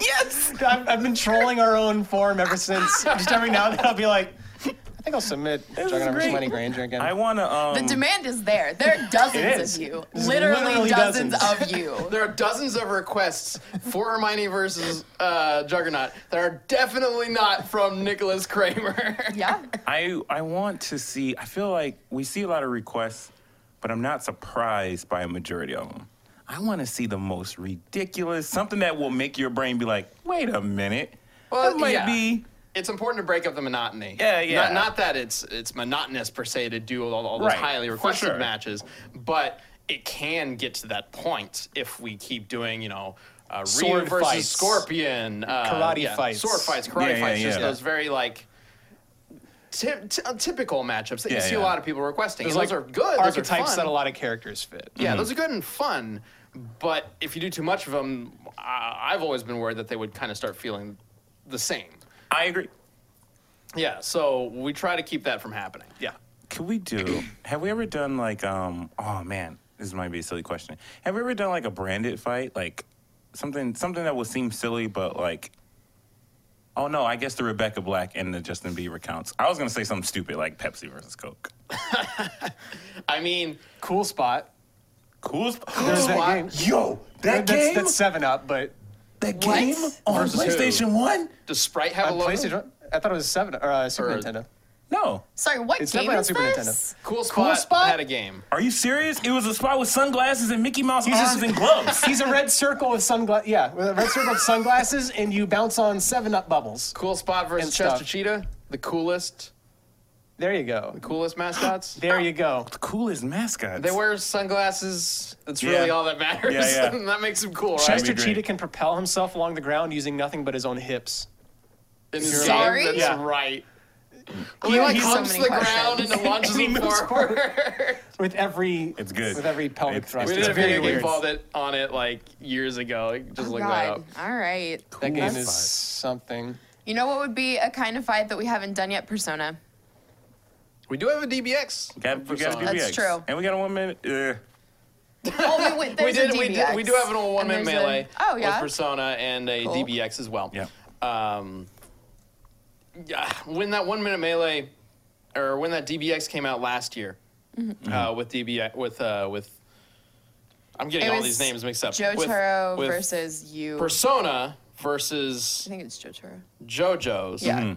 D: "Yes."
B: I've, I've been trolling our own form ever since. Just every now and then I'll be like, I think I'll submit
D: is
B: Juggernaut versus
D: great.
B: Hermione Granger again.
D: I wanna
C: the
D: um.
C: demand is there. There are dozens
B: is.
C: of you.
B: There's
C: Literally,
B: literally
C: dozens,
B: dozens.
C: of you.
A: There are dozens of requests for Hermione versus uh, Juggernaut that are definitely not from Nicholas Kramer.
C: Yeah.
D: I I want to see. I feel like we see a lot of requests, but I'm not surprised by a majority of them. I want to see the most ridiculous, something that will make your brain be like, "Wait a minute."
A: Well,
D: that might
A: yeah.
D: be.
A: It's important to break up the monotony.
D: Yeah, yeah.
A: Not, not that it's it's monotonous per se to do all, all those
D: Right,
A: highly
D: for
A: requested
D: sure.
A: matches, but it can get to that point if we keep doing, you know, uh, Ryu
B: Sword
A: versus
B: fights.
A: Scorpion, uh,
B: Karate
A: yeah,
B: fights.
A: sword fights, karate
D: Yeah, yeah,
A: fights, just
D: yeah.
A: those very like. Ty- ty- typical matchups that you
D: Yeah,
A: see a
D: yeah.
A: lot of people requesting.
B: There's
A: and
B: like
A: those are good. Those are
B: archetypes
A: fun.
B: that a lot of characters fit.
A: Yeah, those are good and fun, but if you do too much of them, I, I've always been worried that they would kind of start feeling the same.
D: I agree.
A: Yeah, so we try to keep that from happening.
B: Yeah.
D: Could we do? Have we ever done like um? Oh man, this might be a silly question. Have we ever done like a branded fight, like something something that would seem silly, but like. Oh no! I guess the Rebecca Black and the Justin Bieber counts. I was gonna say something stupid like Pepsi versus Coke.
A: I mean,
B: Cool spot.
D: Cool. as-
B: There's that
A: Spot.
B: game.
D: Yo, that
B: that's,
D: game,
B: that's seven up, but
D: that
C: What?
D: game on
A: Versus who?
D: PlayStation One.
A: does Sprite have
B: on
A: a logo?
B: PlayStation. I thought it was seven or uh, Super
A: Or-
B: Nintendo.
D: No,
C: Sorry, what
B: It's
C: game
B: definitely on
C: is
B: Super
C: this?
A: Cool Spot,
B: Spot?
A: had a game.
D: are you serious? It was a spot with sunglasses and Mickey Mouse
B: He's
D: arms
B: just-
D: and gloves.
B: He's a red circle with sunglasses. Yeah, with a red circle of sunglasses, and you bounce on seven up bubbles.
A: Cool Spot
B: And
A: versus
B: stuff.
A: Chester Cheetah, the coolest,
B: There you go.
A: coolest mascots.
B: There you go.
D: Coolest mascots.
A: They wear sunglasses. That's
D: Yeah.
A: really all that matters.
D: Yeah, yeah.
A: that makes them cool, right?
B: Chester
D: great.
B: Cheetah can propel himself along the ground using nothing but his own hips.
A: In his
C: Sorry?
A: game, that's
B: Yeah.
A: right. He like
C: he's-
A: humps
C: So
A: the
C: many
A: ground and then lunges
B: And he
A: him
B: moves
A: forward.
B: With every
D: It's good.
B: With every pelvic
D: It's-
B: thrust.
D: it's
A: we
D: It's
A: did a
B: very
A: video game
B: weird.
A: called it on it like years ago. Like, Just
C: Oh,
A: look that
C: God.
A: up.
C: All right.
B: That game is
D: Cool.
B: something.
C: You know what would be a kind of fight that we haven't done yet? Persona.
A: We do have a DBX.
D: Got, we got a
A: persona.
D: DBX.
C: That's true.
D: And we got a one minute. Uh,
C: Oh, we, went,
A: We
C: there's a
A: did, we
C: DBX.
A: did. We do have an old one man
C: And there's a-
A: melee.
C: oh yeah.
A: With Persona and a
C: Cool.
A: DBX as well.
D: yeah.
A: Um, yeah, when that one minute melee, or when that DBX came out last year,
D: Mm-hmm.
A: uh, with DBX with uh, with, I'm getting
C: It
A: all
C: was
A: these names mixed up. With-
C: Jotaro
A: with
C: versus you.
A: Persona
C: I
A: versus
C: think it's Jotaro.
A: JoJo's.
C: Yeah.
D: Mm-hmm.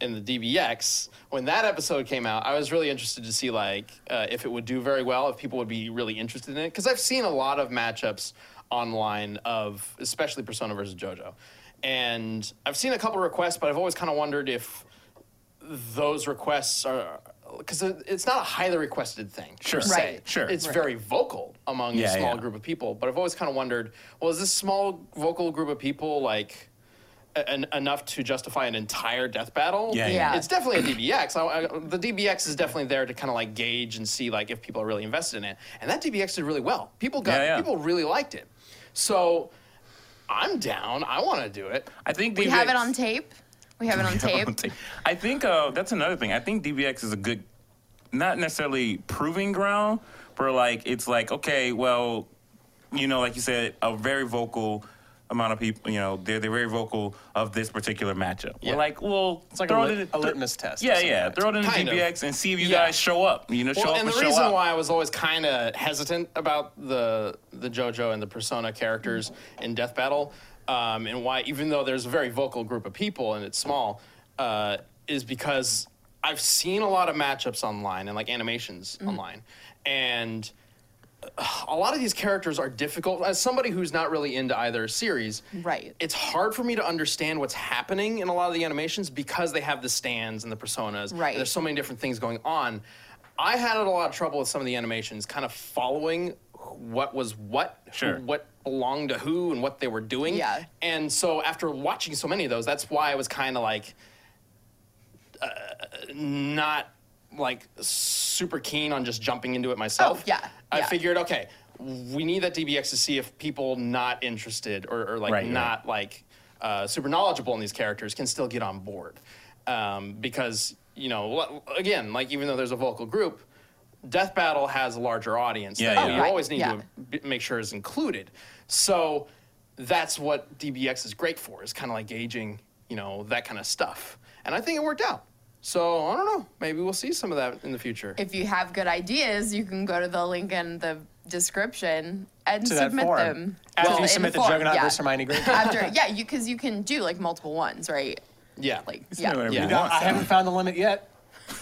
A: in the DBX, when that episode came out, I was really interested to see like uh, if it would do very well, if people would be really interested in it, because I've seen a lot of matchups online of especially Persona versus JoJo, and I've seen a couple requests, but I've always kind of wondered if those requests are because it's not a highly requested thing.
D: Sure.
A: per
C: Right.
A: se.
D: Sure.
A: It's
C: Right.
A: very vocal among
D: Yeah,
A: a small
D: yeah.
A: group of people, but I've always kind of wondered, well, is this small vocal group of people like? en- enough to justify an entire death battle.
D: Yeah, yeah.
C: Yeah.
A: It's definitely a DBX. I, I, the DBX is definitely there to kind of like gauge and see like if people are really invested in it. And that DBX did really well. People got
D: Yeah, yeah.
A: people really liked it. So I'm down. I want to do it.
D: I think
C: We
D: DBX,
C: have it on tape. We have it on
D: on
C: tape.
D: tape. I think uh, that's another thing. I think DBX is a good, not necessarily proving ground, but like it's like okay, well, you know, like you said, a very vocal amount of people. You know, they're they're very vocal of this particular matchup.
A: Yeah.
D: We're like, well, it's
B: like a lit- a litmus test of
D: Yeah,
B: some
D: yeah.
B: kind.
D: Throw it in the
A: Kind of.
D: DBX and see if you
A: Yeah.
D: guys show up. You know, show
A: Well,
D: up
A: and
D: and,
A: the
D: show
A: reason
D: out.
A: why I was always kind of hesitant about the the JoJo and the Persona characters in Death Battle, um, and why even though there's a very vocal group of people and it's small, uh, is because I've seen a lot of matchups online and like animations
D: Mm-hmm.
A: online, and uh, a lot of these characters are difficult. As somebody who's not really into either series,
C: Right.
A: It's hard for me to understand what's happening in a lot of the animations because they have the stands and the personas. and
C: Right.
A: there's so many different things going on. I had a lot of trouble with some of the animations, kind of following what was what, who-
D: Sure.
A: what belonged to who, and what they were doing.
C: Yeah.
A: And so after watching so many of those, that's why I was kind of like uh, not like super keen on just jumping into it myself.
C: Oh, yeah,
A: I
C: yeah.
A: figured, okay, we need that DBX to see if people not interested or, or like
D: Right,
A: not like uh, super knowledgeable in these characters can still get on board. Um, because, you know, lo- again, like even though there's a vocal group, Death Battle has a larger audience
D: Yeah,
A: that
D: yeah,
A: we
D: yeah.
C: Right,
A: always need
C: yeah.
A: to b- make sure is included. So that's what DBX is great for, is kind of like gauging, you know, that kind of stuff. And I think it worked out. So I don't know. Maybe we'll see some of that in the future.
C: If you have good ideas, you can go to the link in the description and
B: To that
C: submit
B: forum.
C: them.
B: After
C: Well,
B: you
C: in
B: submit the,
C: forum,
B: Juggernaut
C: yeah.
B: versus Hermione Granger.
C: After, yeah, you because you can do like multiple ones, right?
A: yeah.
C: Like,
D: It's
C: yeah.
D: not whatever
A: Yeah.
D: you
B: No,
D: want.
B: I haven't found the limit yet.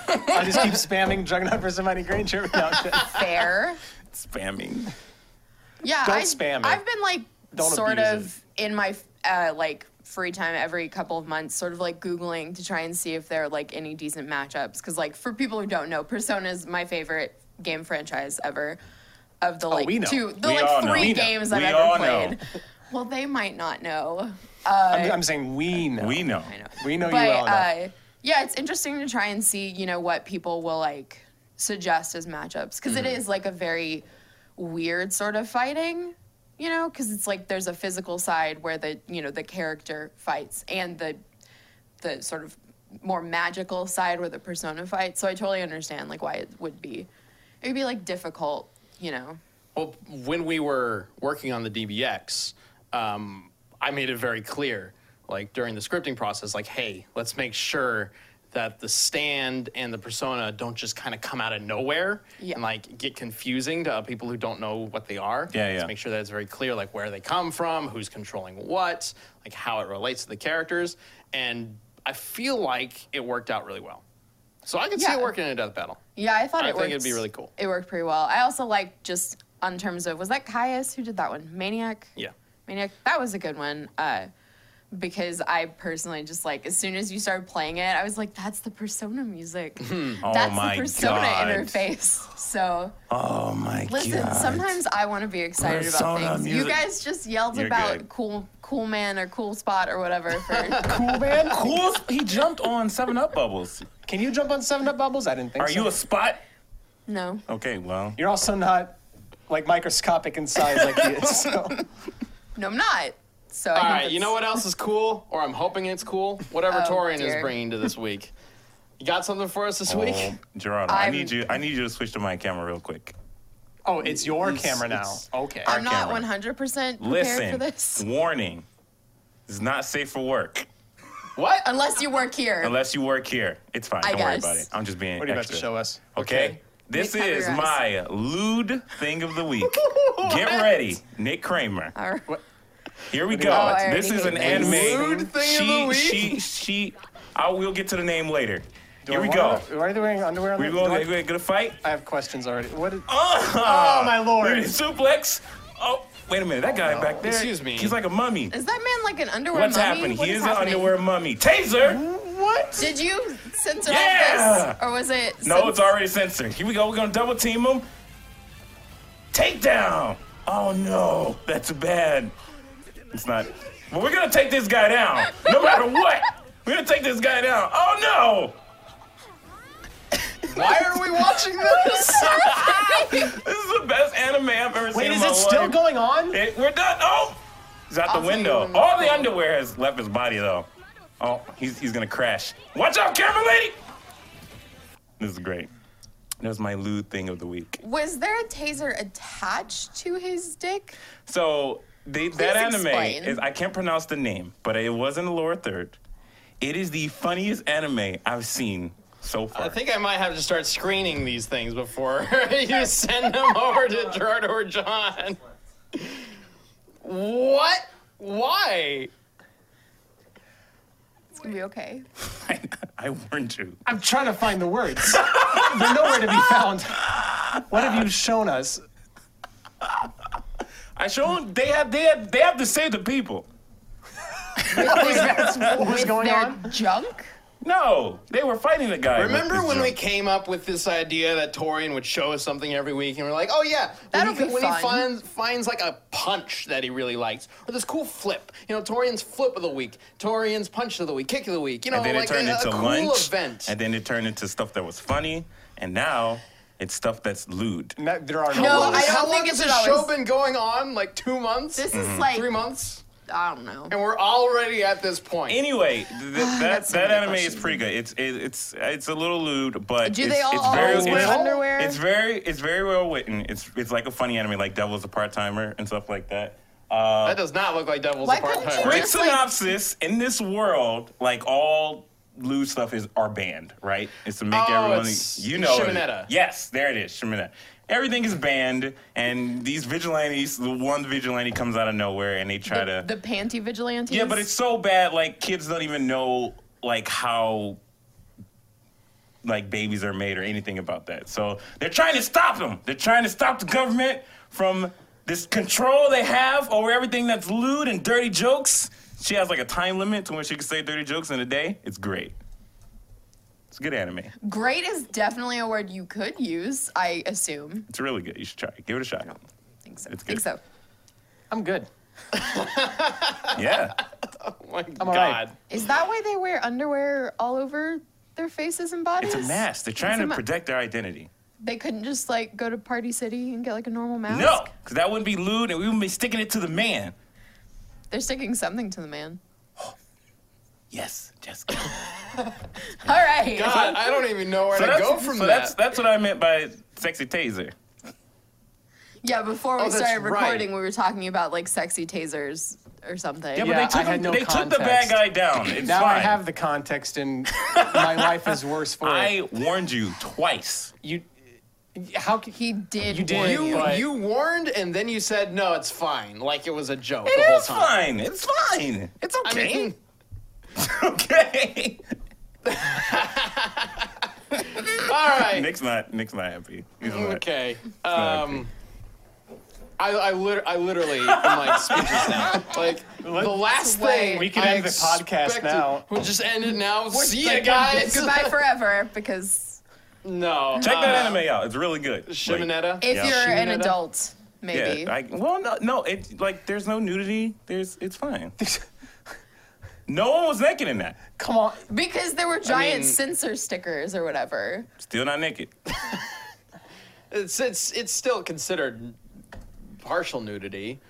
B: I just keep spamming Juggernaut versus Hermione Granger. every now and then.
C: fair.
D: spamming.
C: Yeah,
B: Don't
C: I,
B: spam it.
C: I've been like
B: Don't
C: sort
B: abuse
C: of in my uh, like free time every couple of months, sort of like googling to try and see if there are like any decent matchups. Because like for people who don't know, Persona is my favorite game franchise ever. Of the like
B: Oh, we know.
C: two, the
D: We all
C: like
D: know.
C: three
D: We
B: know.
C: games I've
D: We
C: ever
D: all know.
C: played. Well, they might not know.
B: I'm, I'm saying we know.
D: We know.
C: I know.
B: We know you
C: but,
B: well enough.
C: Uh, yeah, it's interesting to try and see, you know, what people will like suggest as matchups because is like a very weird sort of fighting, you know, because it's like there's a physical side where the you know the character fights and the the sort of more magical side where the persona fight. So I totally understand like why it would be it would be like difficult, you know.
A: Well, when we were working on the DBX, um, I made it very clear, like during the scripting process, like, hey, let's make sure that the stand and the persona don't just kind of come out of nowhere
C: Yeah.
A: and like get confusing to uh, people who don't know what they are.
D: Yeah,
A: let's
D: yeah.
A: make sure that it's very clear, like where they come from, who's controlling what, like how it relates to the characters, and I feel like it worked out really well. So I can see
C: Yeah.
A: it working in a death battle.
C: Yeah, I thought
A: I
C: it
A: think
C: worked.
A: it'd be really cool.
C: It worked pretty well. I also like just on terms of was that Caius who did that one? Maniac?
A: Yeah.
C: Maniac. That was a good one. Uh because I personally just like as soon as you started playing it, I was like, that's the persona music.
D: Oh
C: that's
D: my
C: the persona
D: God.
C: interface. So
D: Oh my
C: Listen,
D: god.
C: sometimes I want to be excited
D: Persona
C: about things. You
D: music.
C: guys just yelled
D: You're
C: about
D: good.
C: cool, cool man or cool spot or whatever. For,
B: Cool man.
D: cool. He jumped on Seven Up bubbles.
B: Can you jump on Seven Up bubbles? I didn't think
D: Are
B: so.
D: you a spot?
C: no,
D: Okay, well.
B: You're also not like microscopic in size like he is. So.
C: no, I'm not. So I
A: All
C: think
A: right, you
C: that's-
A: know what else is cool, or I'm hoping it's cool? Whatever
C: Oh,
A: Torian
C: dear.
A: is bringing to this week. You got something for us this week?
D: Oh, Gerardo, i
C: I'm-
D: need you. I need you to switch to my camera real quick.
B: Oh, it's your camera now. Oh, okay.
C: I'm not
D: camera.
C: 100 percent prepared for
D: Listen,
C: this
D: warning: it's not safe for work
A: What?
C: unless you work here.
D: unless you work here. It's fine.
C: I
D: Don't worry about
C: guess.
D: it. I'm just being.
B: what are you about
D: extra.
B: to show us?
D: Okay.
A: Okay.
D: This
C: Nick, cover
D: is
C: your
D: my
C: eyes.
D: lewd thing of the week. Get ready, Nick Kramer.
C: All right.
D: Here we
B: do you
D: go.
B: got?
C: Oh, I
D: this
C: already
D: is an
C: hate
D: anime.
C: this.
A: Lewd thing of
D: she,
A: the week?
D: she, she. I will get to the name later. Here we
B: Why
D: go.
B: are they- Why are they wearing underwear on
D: We
B: their
D: going
B: do I-
D: to get a fight.
B: I have questions already. What? Is,
D: Oh,
B: my lord.
D: Suplex. Oh, wait a minute. That guy back there.
A: Excuse me.
D: He's like a mummy.
C: Is that man like an underwear
D: What's
C: mummy?
D: happening?
C: What
D: he is, an
C: happening?
D: underwear mummy. Taser.
B: what?
C: Did you censor all
D: Yeah!
C: this, or was it?
D: No,
C: cens-
D: it's already censored. Here we go. We're gonna double team him. Takedown. Oh no, that's bad. It's not. But we're gonna take this guy down, no matter what. We're gonna take this guy down. Oh no.
A: Why are we watching this?
D: This is the best anime I've ever
B: Wait,
D: seen. in
B: is
D: my
B: it still
D: life.
B: going on?
D: It- we're done. Oh, he's out the
C: I'll see you
D: window.
C: on the
D: All the
C: phone.
D: underwear has left his body though. Oh, he's he's gonna crash. Watch out, camera lady. This is great. That was my lewd thing of the week.
C: Was there a taser attached to his dick?
D: So they, that anime
C: explain.
D: is I can't pronounce the name, but it was in the lower third. It is the funniest anime I've seen so far.
A: I think I might have to start screening these things before you send them over to Gerard or John. What? Why?
C: It's gonna be okay.
D: I, warned you.
B: I'm trying to find the words. They're nowhere to be found. What have you shown us?
D: I show they have they have they have to save the people.
B: What was going
C: Their
B: on?
C: junk.
D: No, they were fighting the guy. with
A: Remember
D: this
A: when we
D: junk.
A: came up with this idea that Torian would show us something every week, and we're like, "Oh yeah, when
C: That'll
A: he, co-
C: be
A: when
C: fun.
A: he finds finds like a punch that he really likes, or this cool flip, you know, Torian's flip of the week, Torian's punch of the week, kick of the week, you know,
C: Oh
D: And then
A: like
D: it turned
A: a, a
D: into
A: cool
D: lunch.
A: event."
D: And then it turned into stuff that was funny, and now it's stuff that's lewd.
B: No, there are no,
C: No,
B: words.
C: I don't
A: How
C: think
A: long
C: it
A: has
C: should
A: this show
C: always-
A: been going on? Like two months,
C: This
D: Mm-hmm.
C: is like
A: three months,
C: I don't know.
A: and we're already at this point.
D: Anyway, th-
C: Ah,
D: that
C: got so
D: that
C: many
D: anime
C: questions.
D: is pretty good. It's it, it's it's a little lewd, but
C: Do
D: it's,
C: they all
D: it's very
C: always wear
D: it's,
C: underwear?
D: It's very it's very well written. It's it's like a funny anime, like Devil's a Part Timer and stuff like that. Uh,
A: That does not look like Devil's
C: Why
A: Apart
C: couldn't you
A: Timer.
D: quick
C: Just like-
D: synopsis: In this world, like all lewd stuff is are banned, right? It's to make
A: Oh,
D: everyone
A: it's
D: you know. it.
A: Shimonetta.
D: Yes, there it is, Shimonetta. Everything is banned, and these vigilantes. The one vigilante comes out of nowhere, and they try to
C: the, the panty vigilantes.
D: Yeah, but it's so bad. Like kids don't even know like how like babies are made or anything about that. So they're trying to stop them. They're trying to stop the government from this control they have over everything that's lewd and dirty jokes. She has like a time limit to when she can say dirty jokes in a day. It's great. It's a good anime.
C: great is definitely a word you could use. I assume.
D: It's really good. You should try it. Give it a shot.
C: I don't think so.
D: It's
C: Think
D: good.
C: so.
B: I'm good.
D: Yeah.
A: Oh my
B: I'm all right.
A: god.
C: Is that why they wear underwear all over their faces and bodies?
D: It's a mask. They're trying
C: It's a
D: to
C: ma-
D: protect their identity.
C: They couldn't just like go to Party City and get like a normal mask.
D: No, because that wouldn't be lewd and we wouldn't be sticking it to the man.
C: they're sticking something to the man.
D: Yes, Jessica.
C: All right.
A: God, I don't even know where to go from
D: so
A: that.
D: that's that's what I meant by sexy taser.
C: Yeah, before
A: Oh,
C: we
A: that's
C: started
A: right.
C: recording, we were talking about like sexy tasers or something.
D: Yeah,
B: Yeah,
D: but they took
B: I had
D: him-
B: no
D: they took the bad
B: context.
D: guy down. It's
B: Now
D: fine.
B: I have the context, and my life is worse for it.
D: I warned you twice.
B: You, how can
C: He did.
B: You did.
C: warn
A: You
B: But-
A: you warned and then you said no, it's fine. Like it was a joke
D: It
A: the whole
D: is
A: time.
D: fine. It's fine. It's
A: I
D: okay.
A: mean,
D: okay.
A: all right.
D: Nick's not. Nick's not happy. He's not.
A: Okay.
D: not
A: Um, I I, lit- I literally am like speechless now. Like
B: Let's
A: the last
C: wait.
A: thing
B: We can
A: I
B: end the podcast
A: expected-
B: now.
A: We'll just end it now. See ya,
C: Like,
A: guys.
C: Goodbye forever, because
A: No.
D: Check that
A: uh,
D: anime out. It's really good. Like,
A: Shimonetta.
C: if
D: Yeah.
C: you're an
A: Shooting it up.
C: adult, maybe.
D: yeah. Like, well, no, no. It like there's no nudity. There's it's fine. no one was naked in that.
B: come on?
C: because there were giant
A: mean-
C: censor stickers or whatever.
D: Still not naked.
A: It's it's it's still considered partial nudity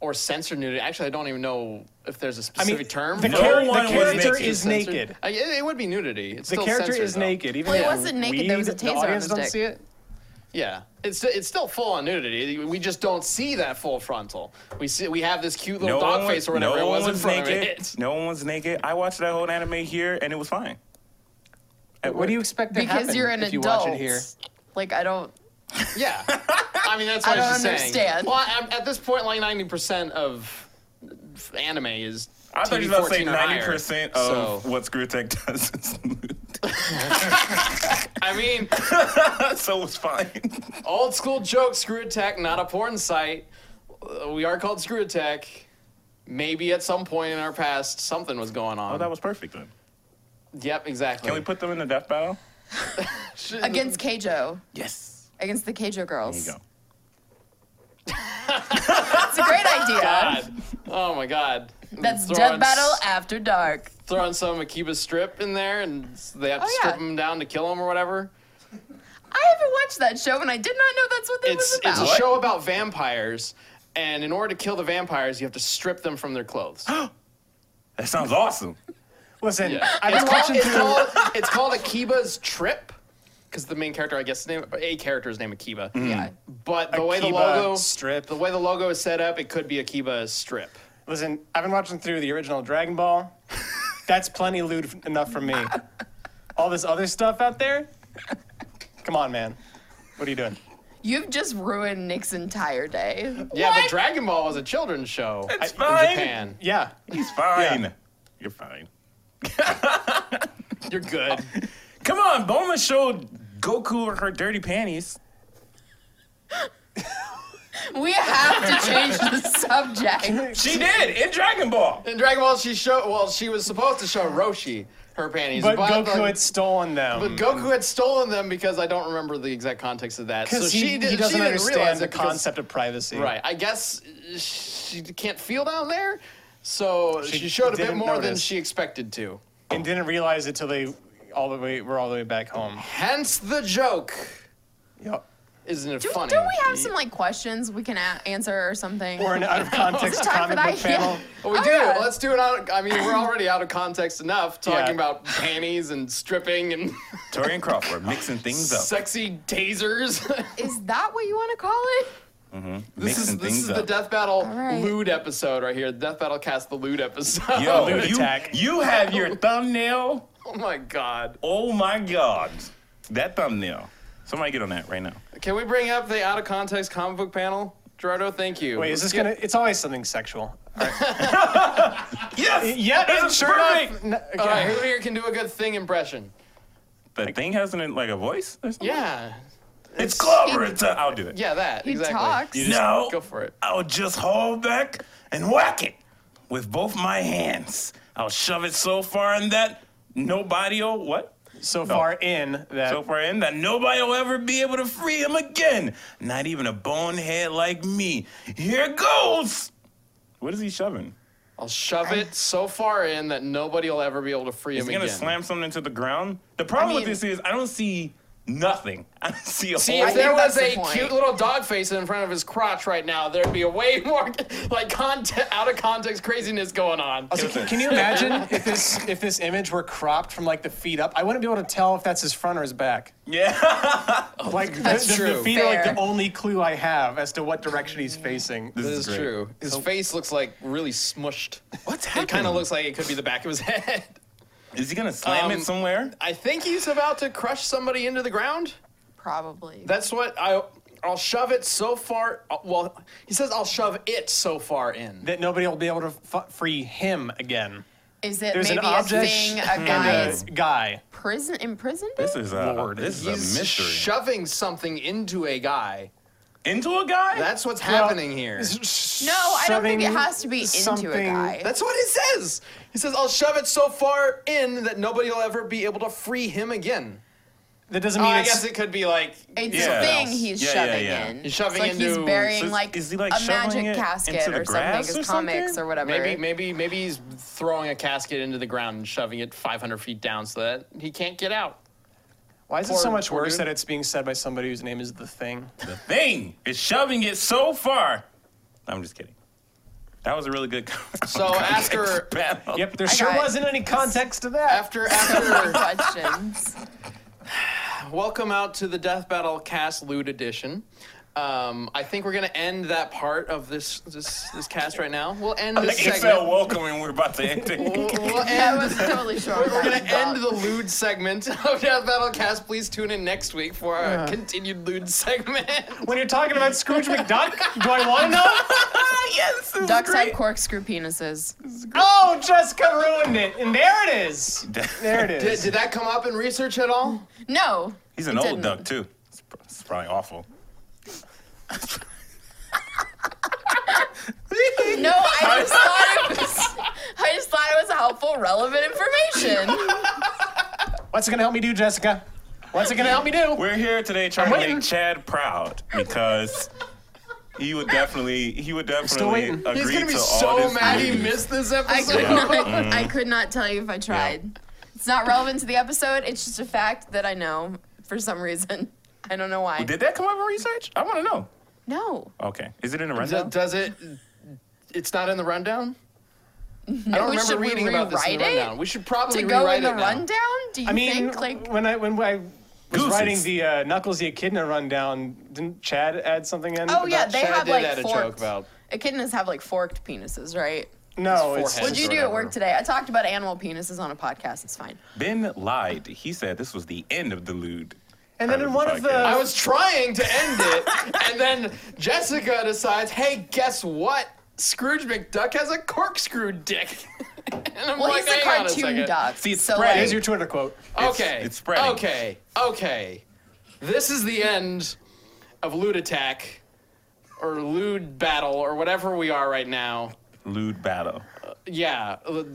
A: or censored nudity. Actually, I don't even know if there's a specific term.
B: The,
A: for
D: No
B: char-
A: it.
B: the
D: one was
B: character
D: naked.
B: is
A: Censored-
B: naked.
A: I- it, it would be nudity. It's
B: The
A: still
B: character
A: censored,
B: is
A: though.
B: naked. Even
C: Well, it
B: though
C: wasn't naked, there was a
B: the
C: taser on
B: audience
C: his
B: don't
C: dick.
B: see it.
A: Yeah, it's it's still full on nudity. We just don't see that full frontal. We see we have this cute little
D: No
A: dog
D: one,
A: face or whatever
D: no
A: it
D: one
A: was in front
D: naked.
A: of it.
D: No one was naked. I watched that whole anime here, and it was fine.
A: Uh,
D: At
B: What do you
D: work.
B: expect to
C: Because
B: happen
C: you're an
B: if you
C: adult.
B: watch it here?
C: Like I don't.
A: Yeah, I mean that's what
C: I
A: I, was
C: don't
A: just saying.
C: understand.
A: Well, I, am at this point, like ninety percent of f- anime is.
D: I thought you
A: TV
D: were about to say
A: 14 or higher.
D: ninety percent of
A: So,
D: what Screw Tech does is nude.
A: I mean,
D: so it's fine.
A: old school joke. Screw Attack, not a porn site. Uh, We are called Screw Attack. Maybe at some point in our past, something was going on.
D: Oh, that was perfect then.
A: yep, exactly.
D: Can we put them in the death battle?
C: Against Keijo.
D: Yes.
C: Against the Keijo
D: There
C: girls.
D: you go.
C: It's a great idea.
A: God. Oh my God.
C: That's
A: Throw
C: Death
A: in
C: Battle
A: s-
C: After Dark.
A: throwing some Akiba strip in there, and they have to
C: Oh,
A: strip
C: yeah.
A: him down to kill him or whatever.
C: I haven't watched that show, and I did not know that's what it
A: It's
C: was
A: it's
C: about.
A: a show about vampires, and in order to kill the vampires, you have to strip them from their clothes.
D: That sounds awesome.
B: Listen,
A: Yeah.
B: I've
A: it's,
B: been
A: called,
B: watching
A: it's,
B: through.
A: called, it's called Akiba's Trip, because the main character, I guess, his name a character is named Akiba.
C: yeah.
A: But the way the
B: Mm-hmm. Akiba
A: logo
B: Strip.
A: the way the logo is set up, it could be Akiba Strip.
B: Listen, I've been watching through the original Dragon Ball. That's plenty lewd f- enough for me. All this other stuff out there? Come on, man. What are you doing?
C: You've just ruined Nick's entire day.
A: Yeah, but Dragon Ball was a children's show
D: It's
A: in
D: fine.
A: Japan.
B: Yeah.
D: He's fine. You're fine.
A: You're good.
D: Come on, Boma showed Goku her dirty panties.
C: We have to change the subject.
D: She did in Dragon Ball.
A: In Dragon Ball, she showed. Well, she was supposed to show Roshi her panties,
B: But
A: the-
B: Goku had stolen them.
A: but Goku had stolen them because I don't remember the exact context of that. So
B: Because
A: she
B: he,
A: did,
B: he
A: she
B: doesn't
A: didn't realize
B: understand the
A: it because-
B: concept of privacy.
A: right. I guess she can't feel down there, so she,
B: She
A: showed a bit
B: didn't
A: more than
B: notice.
A: she expected to.
B: And didn't realize it till they all the way were all the way back home.
A: Hence the joke.
B: Yep.
A: Isn't it
C: Do,
A: funny?
C: not we have some like questions we can a- answer or something?
B: Or an out of context
C: Time for
B: comic book
C: that.
B: panel.
A: Well, we
C: Oh,
A: do.
C: yeah.
A: Let's do it out. I mean, we're already out of context enough talking
B: Yeah.
A: about panties and stripping and
D: Torian Crawford mixing things up.
A: sexy tasers.
C: Is that what you want to call it?
A: This
D: mixing
A: is, this
D: things
A: is
D: up.
A: the Death Battle
C: right.
A: Lewd episode right here. Death Battle cast the Lewd episode.
D: Yo,
B: Lewd
D: you,
B: attack.
D: you have your thumbnail.
A: oh my god.
D: Oh my God. That thumbnail. Somebody get on that right now.
A: Can we bring up the out of context comic book panel? Gerardo, thank you.
B: Wait, is this gonna? It's always something sexual.
D: Yes!
B: Yeah,
D: This
B: and
D: is
B: sure enough-
D: perfect!
B: no,
A: All right,
B: okay.
A: who here can do a good thing impression?
D: The thing has an, like a voice? or something?
A: Yeah.
D: It's clever. It's a, I'll do it.
A: Yeah, that.
C: He
A: exactly.
C: talks.
D: You know,
A: Go for it.
D: I'll just hold back and whack it with both my hands. I'll shove it so far in that nobody will what?
B: So far in that.
D: So far in that nobody will ever be able to free him again. Not even a bonehead like me. Here goes. What is he shoving?
A: I'll shove it so far in that nobody will ever be able to free
D: Is
A: him
D: he gonna
A: again.
D: slam something into the ground? The problem
C: mean-
D: with this is I don't see nothing. I see a
A: See,
D: whole
A: if there
C: Oh, think
A: was
C: that's
A: a
C: the point.
A: cute little dog face in front of his crotch right now, there'd be a way more like conte- out of context craziness going on.
B: Also, can, can you imagine if this if this image were cropped from like the feet up? I wouldn't be able to tell if that's his front or his back.
D: yeah.
B: like the-
A: that's
B: the, the
A: true.
B: feet are like
C: Fair.
B: the only clue I have as to what direction he's facing.
D: This
A: This is
D: great.
A: true. His face looks like really smushed.
D: What's
A: It kind
D: happening?
A: of looks like it could be the back of his head.
D: Is he gonna slam
A: Um,
D: it somewhere?
A: I think he's about to crush somebody into the ground.
C: Probably.
A: That's what I. I'll shove it so far. uh, Well, he says I'll shove it so far in.
B: That nobody will be able to f- free him again.
C: Is it
B: There's
C: maybe
B: an
C: a
B: object
C: thing a
B: and
C: guy
B: a
C: is
B: guy.
C: prison imprisoned?
D: This is a
B: Lord,
D: this is a
A: He's
D: mystery.
A: shoving something into a guy.
D: Into a guy?
A: That's what's
B: Well,
A: happening here.
C: No, I don't think it has to be into a
B: something-
C: guy.
A: That's what he says. He says I'll shove it so far in that nobody will ever be able to free him again.
B: That doesn't
A: Oh,
B: mean
A: I
B: it's,
A: guess it could be like
C: It's
D: Yeah.
C: a thing he's
D: Yeah, yeah,
C: shoving
D: yeah.
C: in.
A: He's shoving
C: it's like he's
A: into-
C: burying
D: so is-
C: like,
D: is he, like,
C: a
D: shoving
C: magic
D: it
C: casket
D: into the
C: or something,
D: grass
C: his
D: or
C: comics
D: something?
C: or whatever.
A: maybe maybe maybe he's throwing a casket into the ground and shoving it 500 feet down so that he can't get out.
B: why is it
A: Poor-
B: so much
A: poor
B: worse
A: dude.
B: that it's being said by somebody whose name is the thing?
D: the thing is shoving it so far. I'm just kidding. That was a really good.
A: So after-
D: battle.
B: Yep, there
C: I
B: sure
C: got it.
B: wasn't any context to that.
A: After after
C: questions.
A: Welcome out to the Death Battle Cast Loot Edition. Um, I think we're gonna end that part of this this this cast right now. We'll end
D: Like,
A: this
D: it felt
A: segment.
D: welcome and we're about to end it.
A: We'll, we'll
C: I
A: end.
C: was totally sure.
A: We're gonna
C: that was
A: end
C: up.
A: the lewd segment of Death Battle Cast. Please tune in next week for our continued lewd segment.
B: when you're talking about Scrooge McDuck, do I want to know?
D: Ah, yes, this is
C: Ducks
D: great.
C: have corkscrew penises.
B: Oh, Jessica ruined it, and there it is. There it
A: Did,
B: is.
A: did that come up in research at all?
C: No.
D: He's an
C: it
D: old
C: didn't.
D: duck too. It's, pr- it's probably awful.
C: No, I just thought it was. I just thought it was helpful, relevant information.
B: What's it gonna help me do, Jessica? What's it gonna help me do?
D: We're here today trying to
B: waiting.
D: make Chad proud because he would definitely he would definitely
B: waiting.
D: agree
A: He's gonna be
D: to
A: so
D: all
A: mad
D: this
A: he
D: news.
A: missed this
C: I
A: episode.
C: could not. I could not tell you if I tried. It's not relevant to the episode. It's just a fact that I know for some reason. I don't know why.
D: Did that come up in research? I want to know.
C: No.
D: Okay, is it in a
A: Does,
D: rundown?
A: does it? It's not in the rundown. I don't remember
C: should we
A: reading about this in the
C: rewrite it?
A: rundown. We should probably
C: To go
A: rewrite
C: in the
A: it now.
C: rundown? Do you
B: I mean,
C: think like
B: when I when I was
D: Gooses.
B: writing the uh, Knuckles the Echidna rundown, didn't Chad add something in?
C: Oh
B: about-
C: yeah, they
A: Chad
C: have
A: did
C: like
A: add a joke
C: forked.
A: about-
C: Echidnas have like forked penises, right?
B: No,
A: His
B: it's
A: forehead.
C: What'd you
A: or
C: do at
A: whatever.
C: work today? I talked about animal penises on a podcast. It's ffine.
D: ben lied. He said this was the end of the lewd.
B: And then
D: part
B: in one of the-
D: podcast.
A: I was trying to end it, and then Jessica decides, "Hey, guess what? Scrooge McDuck has a corkscrew dick." and I'm
C: Well,
A: like,
C: he's a
A: "Hang on a
C: cartoon
A: second."
C: duck.
D: See, it's
C: so
D: spread.
B: Here's
C: like,
B: your Twitter quote.
A: Okay,
D: it's spreading.
A: Okay, okay. This is the end of Lewd Attack, or Lewd Battle, or whatever we are right now.
D: lewd battle.
A: Yeah. l- th-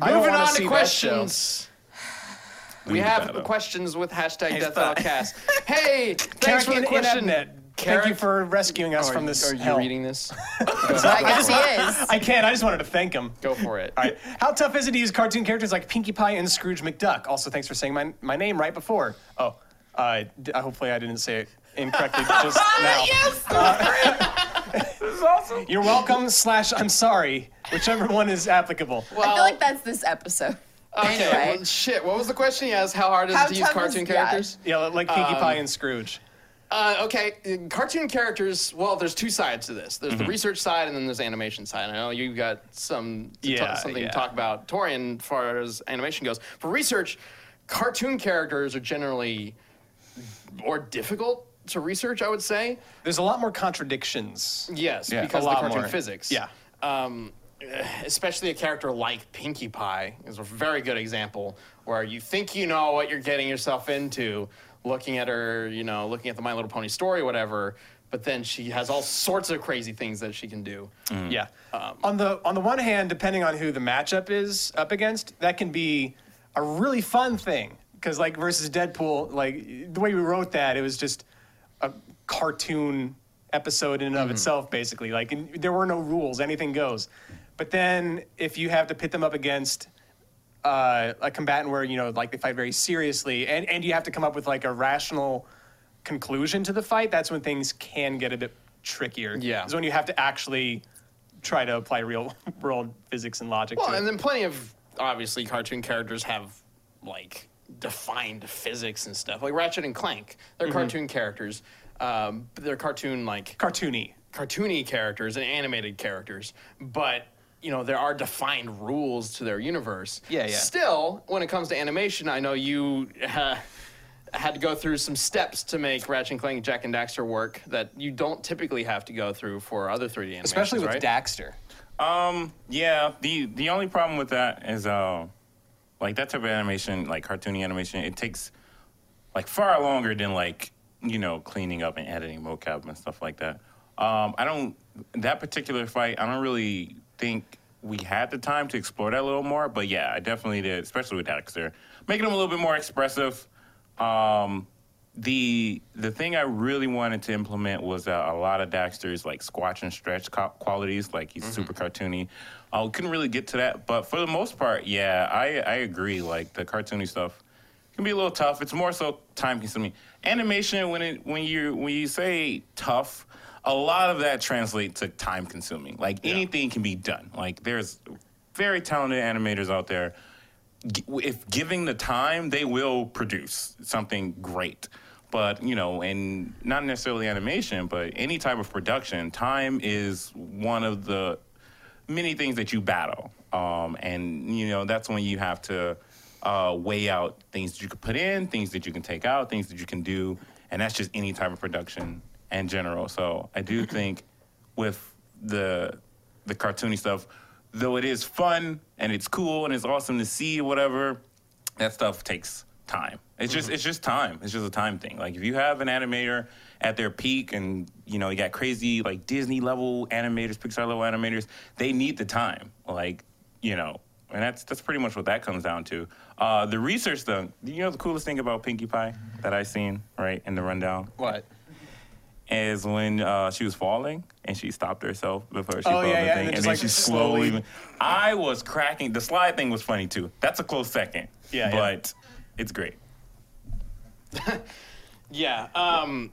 B: I don't
A: Moving
B: wanna
A: on
B: see
A: to
B: that
A: questions. We
D: Lewd
A: have
D: battle.
A: questions with hashtag
D: It's
A: Death Battle
D: fine.
A: Cast. Hey, thanks for the
B: Carrick in
A: question.
B: Ebnet, Thank you
A: Carrick-
B: for rescuing us from this
A: Oh, Are you
B: hell.
A: reading this?
C: I guess he is.
B: I can't. I just wanted to thank him.
A: Go for it.
B: All right. How tough is it to use cartoon characters like Pinkie Pie and Scrooge McDuck? Also, thanks for saying my, my name right before. Oh, uh, d- hopefully I didn't say it incorrectly just now.
C: Yes.
B: You're welcome slash I'm sorry, whichever one is applicable.
A: Well,
C: I feel like that's this episode.
A: okay.
C: anyway.
A: well, shit. What was the question you asked? How hard is
C: How
A: it to use
C: tough is-
A: cartoon
C: yeah.
A: characters?
B: Yeah, like Pinkie Pie and Scrooge.
A: Uh, okay, uh, cartoon characters. Well, there's two sides to this. There's the research side, and then there's the animation side. I know you've got some to
B: Yeah,
A: ta- something
B: yeah.
A: to talk about, Torian, as far as animation goes. For research, cartoon characters are generally more difficult to research. I would say
B: There's a lot more contradictions.
A: yes,
D: Yeah.
A: because
B: a
A: of the
B: lot
A: cartoon
B: more.
A: physics.
B: Yeah.
A: um, especially a character like Pinkie Pie is a very good example where you think you know what you're getting yourself into looking at her, you know, looking at the My Little Pony story, whatever, but then she has all sorts of crazy things that she can do.
B: Yeah. on the on the one hand, depending on who the matchup is up against, that can be a really fun thing because like versus Deadpool, like the way we wrote that, it was just a cartoon episode in and of itself, basically. Like and there were no rules, anything goes. But then if you have to pit them up against uh, a combatant where you know like they fight very seriously, and and you have to come up with like a rational conclusion to the fight. That's when things can get a bit trickier.
A: Yeah.
B: is when you have to actually try to apply real world physics and logic.
A: Well,
B: to it.
A: and then plenty of obviously cartoon characters have like defined physics and stuff. Like Ratchet and Clank, they're cartoon characters. Um, but they're cartoon like
B: cartoony.
A: cartoony characters and animated characters, but you know there are defined rules to their universe.
B: Yeah, yeah.
A: Still, when it comes to animation, I know you uh, had to go through some steps to make Ratchet and Clank, Jack and Daxter work that you don't typically have to go through for other 3D animations,
B: especially with
A: right?
B: Daxter.
D: Yeah, the the only problem with that is uh like that type of animation, like cartoony animation, it takes like far longer than like, you know, cleaning up and editing mocap and stuff like that. Um I don't that particular fight, I don't really think we had the time to explore that a little more, but yeah, I definitely did, especially with Dexter. Making him a little bit more expressive. Um the the thing I really wanted to implement was uh, a lot of Daxter's like squatch and stretch co- qualities. Like he's super cartoony. I couldn't really get to that, but for the most part, yeah, I I agree. Like the cartoony stuff can be a little tough. It's more so time consuming. Animation when it when you when you say tough, a lot of that translates to time consuming. Like anything can be done. Like there's very talented animators out there gi- if giving the time, they will produce something great. But you know, and not necessarily animation, but any type of production, time is one of the many things that you battle. Um, and you know, that's when you have to uh, weigh out things that you could put in, things that you can take out, things that you can do, and that's just any type of production in general. So I do think with the the cartoony stuff, though it is fun and it's cool and it's awesome to see whatever, that stuff takes time. It's just it's just time. It's just a time thing. Like if you have an animator at their peak and you know you got crazy like Disney level animators, Pixar level animators, they need the time. Like you know, and that's that's pretty much what that comes down to. Uh, the research though, you know the coolest thing about Pinkie Pie that I seen right in the rundown
B: What?
D: is when uh, she was falling and she stopped herself before she
B: Oh,
D: fell
B: yeah,
D: the
B: yeah,
D: thing,
B: and then
D: and,
B: just,
D: then
B: like,
D: she slowly.
B: slowly-
D: I was cracking. The slide thing was funny too. That's a close second.
B: Yeah, yeah.
D: but it's great.
A: Yeah. Um,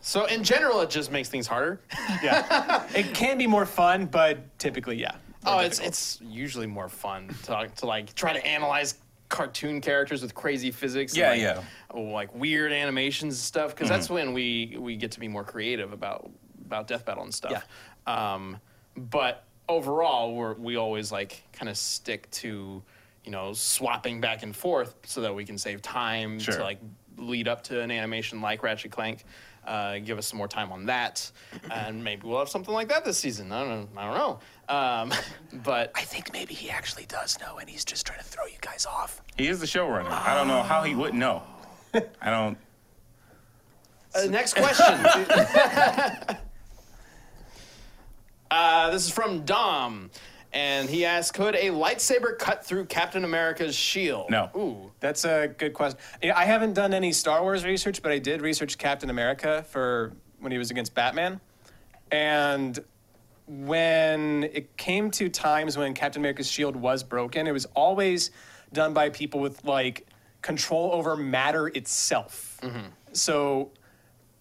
A: so in general, it just makes things harder.
B: Yeah. it can be more fun, but typically, yeah. more
A: oh, it's
B: difficult.
A: it's usually more fun to to like try to analyze cartoon characters with crazy physics.
D: Yeah,
A: and,
D: yeah. Mm-hmm.
A: like, oh, Like weird animations and stuff, because that's when we we get to be more creative about about death battle and stuff. Um, but overall, we're we always like kind of stick to you know swapping back and forth so that we can save time
D: Sure.
A: to like lead up to an animation like Ratchet Clank. Uh, give us some more time on that, and maybe we'll have something like that this season. I don't, I don't know. Um, but
E: I think maybe he actually does know, and he's just trying to throw you guys off.
D: He is the showrunner. I don't know how he would know. I don't.
A: Uh, next question. uh, this is from Dom, and he asks, "Could a lightsaber cut through Captain America's shield?"
D: No.
A: Ooh.
B: That's a good question. Yeah, I haven't done any Star Wars research, but I did research Captain America for when he was against Batman. And when it came to times when Captain America's shield was broken, it was always done by people with like control over matter itself.
D: Mm-hmm.
B: So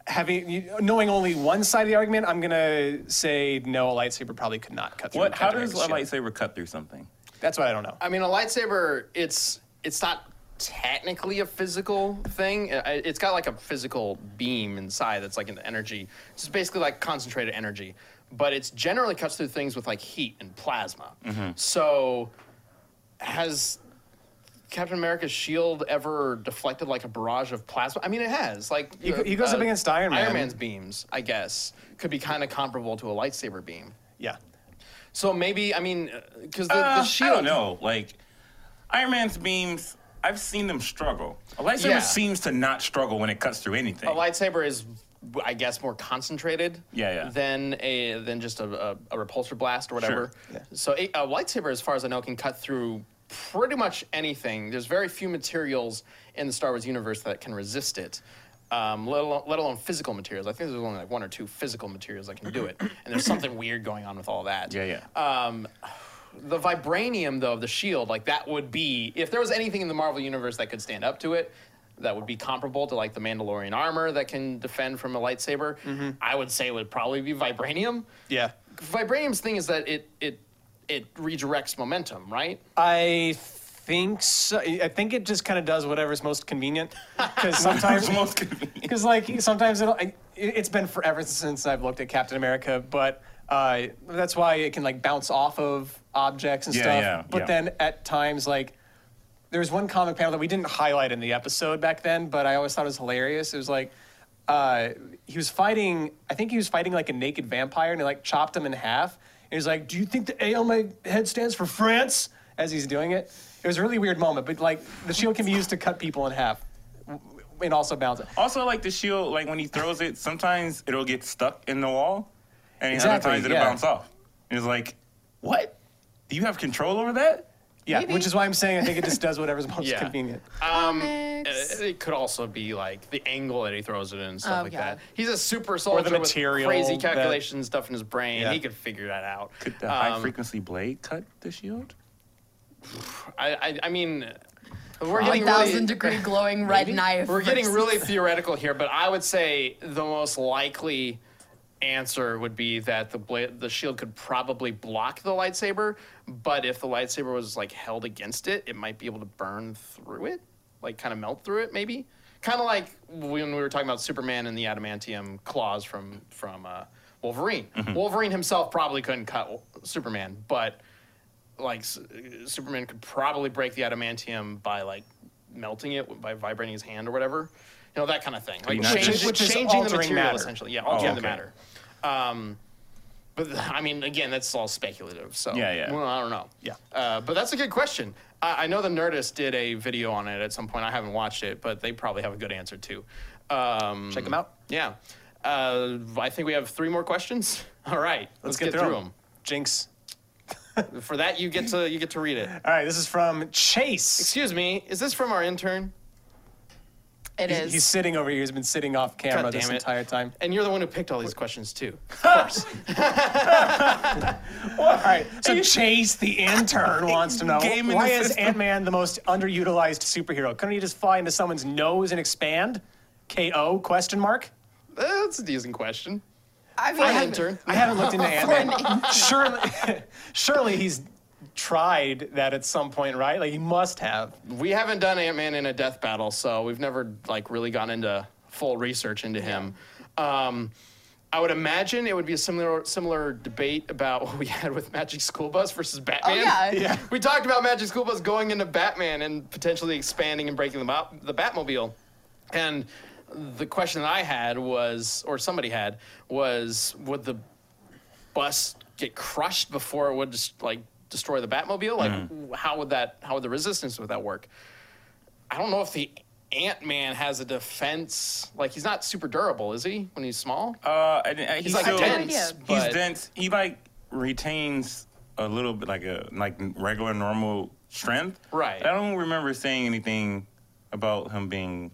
B: having you, knowing only one side of the argument, I'm gonna say no, a lightsaber probably could not cut through.
D: What? How
B: Captain
D: does a
B: America's shield.
D: lightsaber cut through something?
B: That's what I don't know.
A: I mean, a lightsaber. It's it's not technically a physical thing. I- I- It's got like a physical beam inside that's like an energy. It's just basically like concentrated energy, but it's generally cuts through things with like heat and plasma.
B: Mm-hmm.
A: So, has Captain America's shield ever deflected like a barrage of plasma? I mean, it has. Like uh,
B: He go- he goes up against Iron Man.
A: Iron Man's beams, I guess, could be kind of comparable to a lightsaber beam.
B: Yeah.
A: So maybe I mean, because the,
D: Uh,
A: the shield.
D: I don't know. Like Iron Man's beams, I've seen them struggle. A lightsaber
A: Yeah.
D: seems to not struggle when it cuts through anything.
A: a lightsaber is I guess more concentrated
D: Yeah, yeah.
A: than a than just a, a, a repulsor blast or whatever.
B: Yeah.
A: So a, a lightsaber, as far as I know, can cut through pretty much anything. There's very few materials in the Star Wars universe that can resist it. Um, let, alone, let alone physical materials. I think there's only like one or two physical materials that can do it, and there's something weird going on with all that.
D: yeah, yeah.
A: Um, the vibranium though of the shield, like that would be if there was anything in the Marvel universe that could stand up to it, that would be comparable to like the Mandalorian armor that can defend from a lightsaber.
B: Mm-hmm.
A: I would say it would probably be vibranium.
B: Yeah.
A: Vibranium's thing is that it it it redirects momentum, right?
B: I think so. I think it just kind of does whatever's most convenient. Because sometimes,
D: It's most convenient.
B: because like sometimes it'll. I, it- it's been forever since I've looked at Captain America, but uh, that's why it can like bounce off of objects and
D: Yeah,
B: stuff.
D: yeah,
B: but
D: yeah.
B: then at times like. There was one comic panel that we didn't highlight in the episode back then, but I always thought it was hilarious. It was like uh, he was fighting. I think he was fighting like a naked vampire, and he like chopped him in half. And he was like, "Do you think the A on my head stands for France?" As he's doing it, it was a really weird moment. But like, the shield can be used to cut people in half, w- and also bounce it.
D: Also, like the shield, like when he throws it, sometimes it'll get stuck in the wall, and
B: Exactly,
D: other times it'll
B: yeah.
D: bounce off. And it's like, what? Do you have control over that?
B: Yeah,
C: Maybe.
B: which is why I'm saying I think it just does whatever's most
A: Yeah.
B: convenient.
A: Uh,
C: Comics.
A: It could also be like the angle that he throws it in and stuff
C: Oh,
A: like
C: yeah.
A: that. He's a super soldier
B: material
A: with crazy
B: that-
A: calculation stuff in his brain.
B: Yeah.
A: He could figure that out.
D: Could the high
A: Um,
D: frequency blade cut the shield?
A: I, I, I mean, we're
C: One
A: getting
C: thousand
A: really,
C: degree glowing red knife.
A: we're getting
C: versus-
A: really theoretical here, but I would say the most likely answer would be that the bla- the shield could probably block the lightsaber, but if the lightsaber was like held against it, it might be able to burn through it, like kind of melt through it, maybe. Kind of like when we were talking about Superman and the adamantium claws from from uh, Wolverine. Wolverine himself probably couldn't cut Superman, but like S- Superman could probably break the adamantium by like melting it by vibrating his hand or whatever, you know that kind of thing. Like
D: Which is-
A: change-
B: which is
A: changing the
B: altering
A: material
B: matter. Oh,
A: essentially, yeah, altering the
D: okay.
A: matter. Um, but th- I mean, again, that's all speculative. So
D: Yeah, yeah.
A: Well, I don't know.
B: Yeah.
A: Uh, but that's a good question. I, I know the Nerdist did a video on it at some point. I haven't watched it, but they probably have a good answer too. Um,
B: Check 'em out.
A: Yeah. Uh, I think we have three more questions. All right, let's, get, through them.
B: Jinx.
A: For that, you get to you get to read it.
B: All right, this is from Chase.
A: Excuse me, is this from our intern?
C: It
B: He's-
C: is.
B: He's sitting over here. He's been sitting off camera
A: God
B: this
A: damn it.
B: entire time.
A: And you're the one who picked all these questions too.
B: All right. So Chase, the intern, wants to know
D: Game in
B: why
D: the
B: is
D: system.
B: Ant-Man the most underutilized superhero? Couldn't he just fly into someone's nose and expand? KO? Question mark.
A: That's a decent question.
C: I
A: For
C: mean,
A: an intern.
B: I haven't looked into Ant-Man. surely, surely he's tried that at some point, right? Like he must have.
A: We haven't done Ant Man in a death battle, so we've never like really gone into full research into him. Um, I would imagine it would be a similar similar debate about what we had with Magic School Bus versus Batman.
C: oh, yeah. Yeah.
A: We talked about Magic School Bus going into Batman and potentially expanding and breaking them up the Batmobile. And the question that I had was, or somebody had, was would the bus get crushed before it would just like destroy the Batmobile? Like, w- how would that? How would the resistance with that work? I don't know if the Ant Man has a defense. Like, he's not super durable, is he? When he's small,
D: Uh, and, and he's,
A: he's like
D: still,
A: dense.
C: idea.
D: He's
A: but-
D: dense. He like retains a little bit like a like regular normal strength.
A: Right.
D: I don't remember saying anything about him being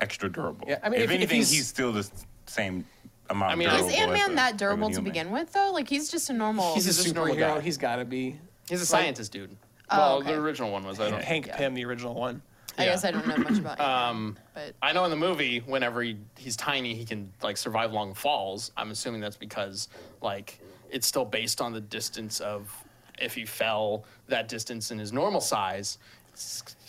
D: extra durable.
B: Yeah, I mean,
D: if,
B: if- if
D: anything,
B: he's-
D: he's, still the s- same amount.
A: I mean,
D: durable
A: Is
C: is Ant
D: as
C: Man
D: a-
C: that
D: of
C: durable
D: a
C: to
D: human.
C: begin with, though? Like he's just a normal.
B: He's,
A: He's
B: a
A: just normal guy.
B: superhero. He's got to be.
A: he's a scientist dude.
C: Oh,
A: well,
C: okay.
A: the original one was. I don't.
B: Hank Pym, the original one.
C: I
A: yeah.
C: guess I don't know much about. Um, but
A: I know in the movie, whenever he, he's tiny, he can like survive long falls. I'm assuming that's because like it's still based on the distance of if he fell that distance in his normal size.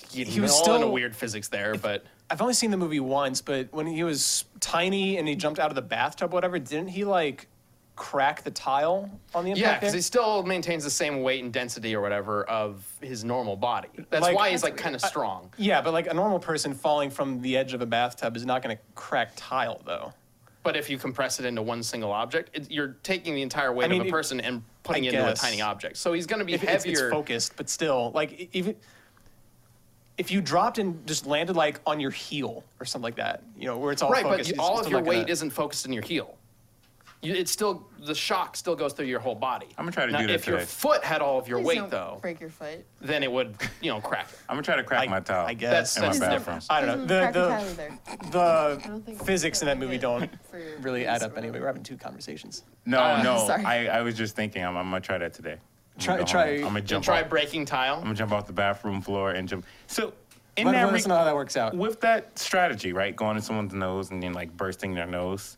A: He
B: He
A: was
B: was
A: all in a
B: still-
A: weird physics there, but
B: I've only seen the movie once, but when he was tiny and he jumped out of the bathtub, whatever, didn't he like crack the tile on the impact?
A: yeah, because
B: there?
A: he still maintains the same weight and density or whatever of his normal body. That's
B: Like-
A: why he's
B: That's
A: like kind of strong.
B: Yeah, but like a normal person falling from the edge of a bathtub is not going to crack tile, though.
A: But if you compress it into one single object, it, you're taking the entire weight
B: mean,
A: of a
B: if-
A: person and putting it into a
B: guess.
A: tiny object. So he's going to be
B: If
A: heavier.
B: it's, it's focused, but still, like e- even if you dropped and just landed like on your heel or something like that, you know, where it's all
A: right,
B: focused.
A: but
B: it's
A: you, all
B: still
A: of your
B: not gonna-
A: weight isn't focused in your heel. You, it's still the shock still goes through your whole body.
D: I'm gonna try to
A: Now,
D: do that
A: If your
D: today.
A: foot had all of your
C: Please
A: weight
C: don't
A: though,
C: break your foot.
A: then it would you know crack. it.
D: I'm gonna try to crack
B: I,
D: my towel.
B: I
A: That's-
B: guess.
D: In my
A: that's-
D: bathroom.
B: I
C: Mm-hmm,
B: don't know. The, the,
C: don't think
B: the
C: we
B: physics in that
C: did
B: movie
C: it
B: don't
C: for your
B: really
C: face
B: add
C: or
B: up anyway.
C: whatever.
B: We're having two conversations.
D: No,
A: Uh,
D: no.
C: sorry.
D: I, I was just thinking I'm, I'm gonna try that today.
B: Try-
D: I'm
B: try-
D: I'm gonna
A: And
D: jump.
A: try
D: off.
A: breaking
D: I'm
A: tile.
D: gonna jump off the bathroom floor and jump. So in
B: Let
D: that
B: everyone
D: re-
B: know how that works out.
D: with that strategy, right, going in someone's nose and then like bursting their nose,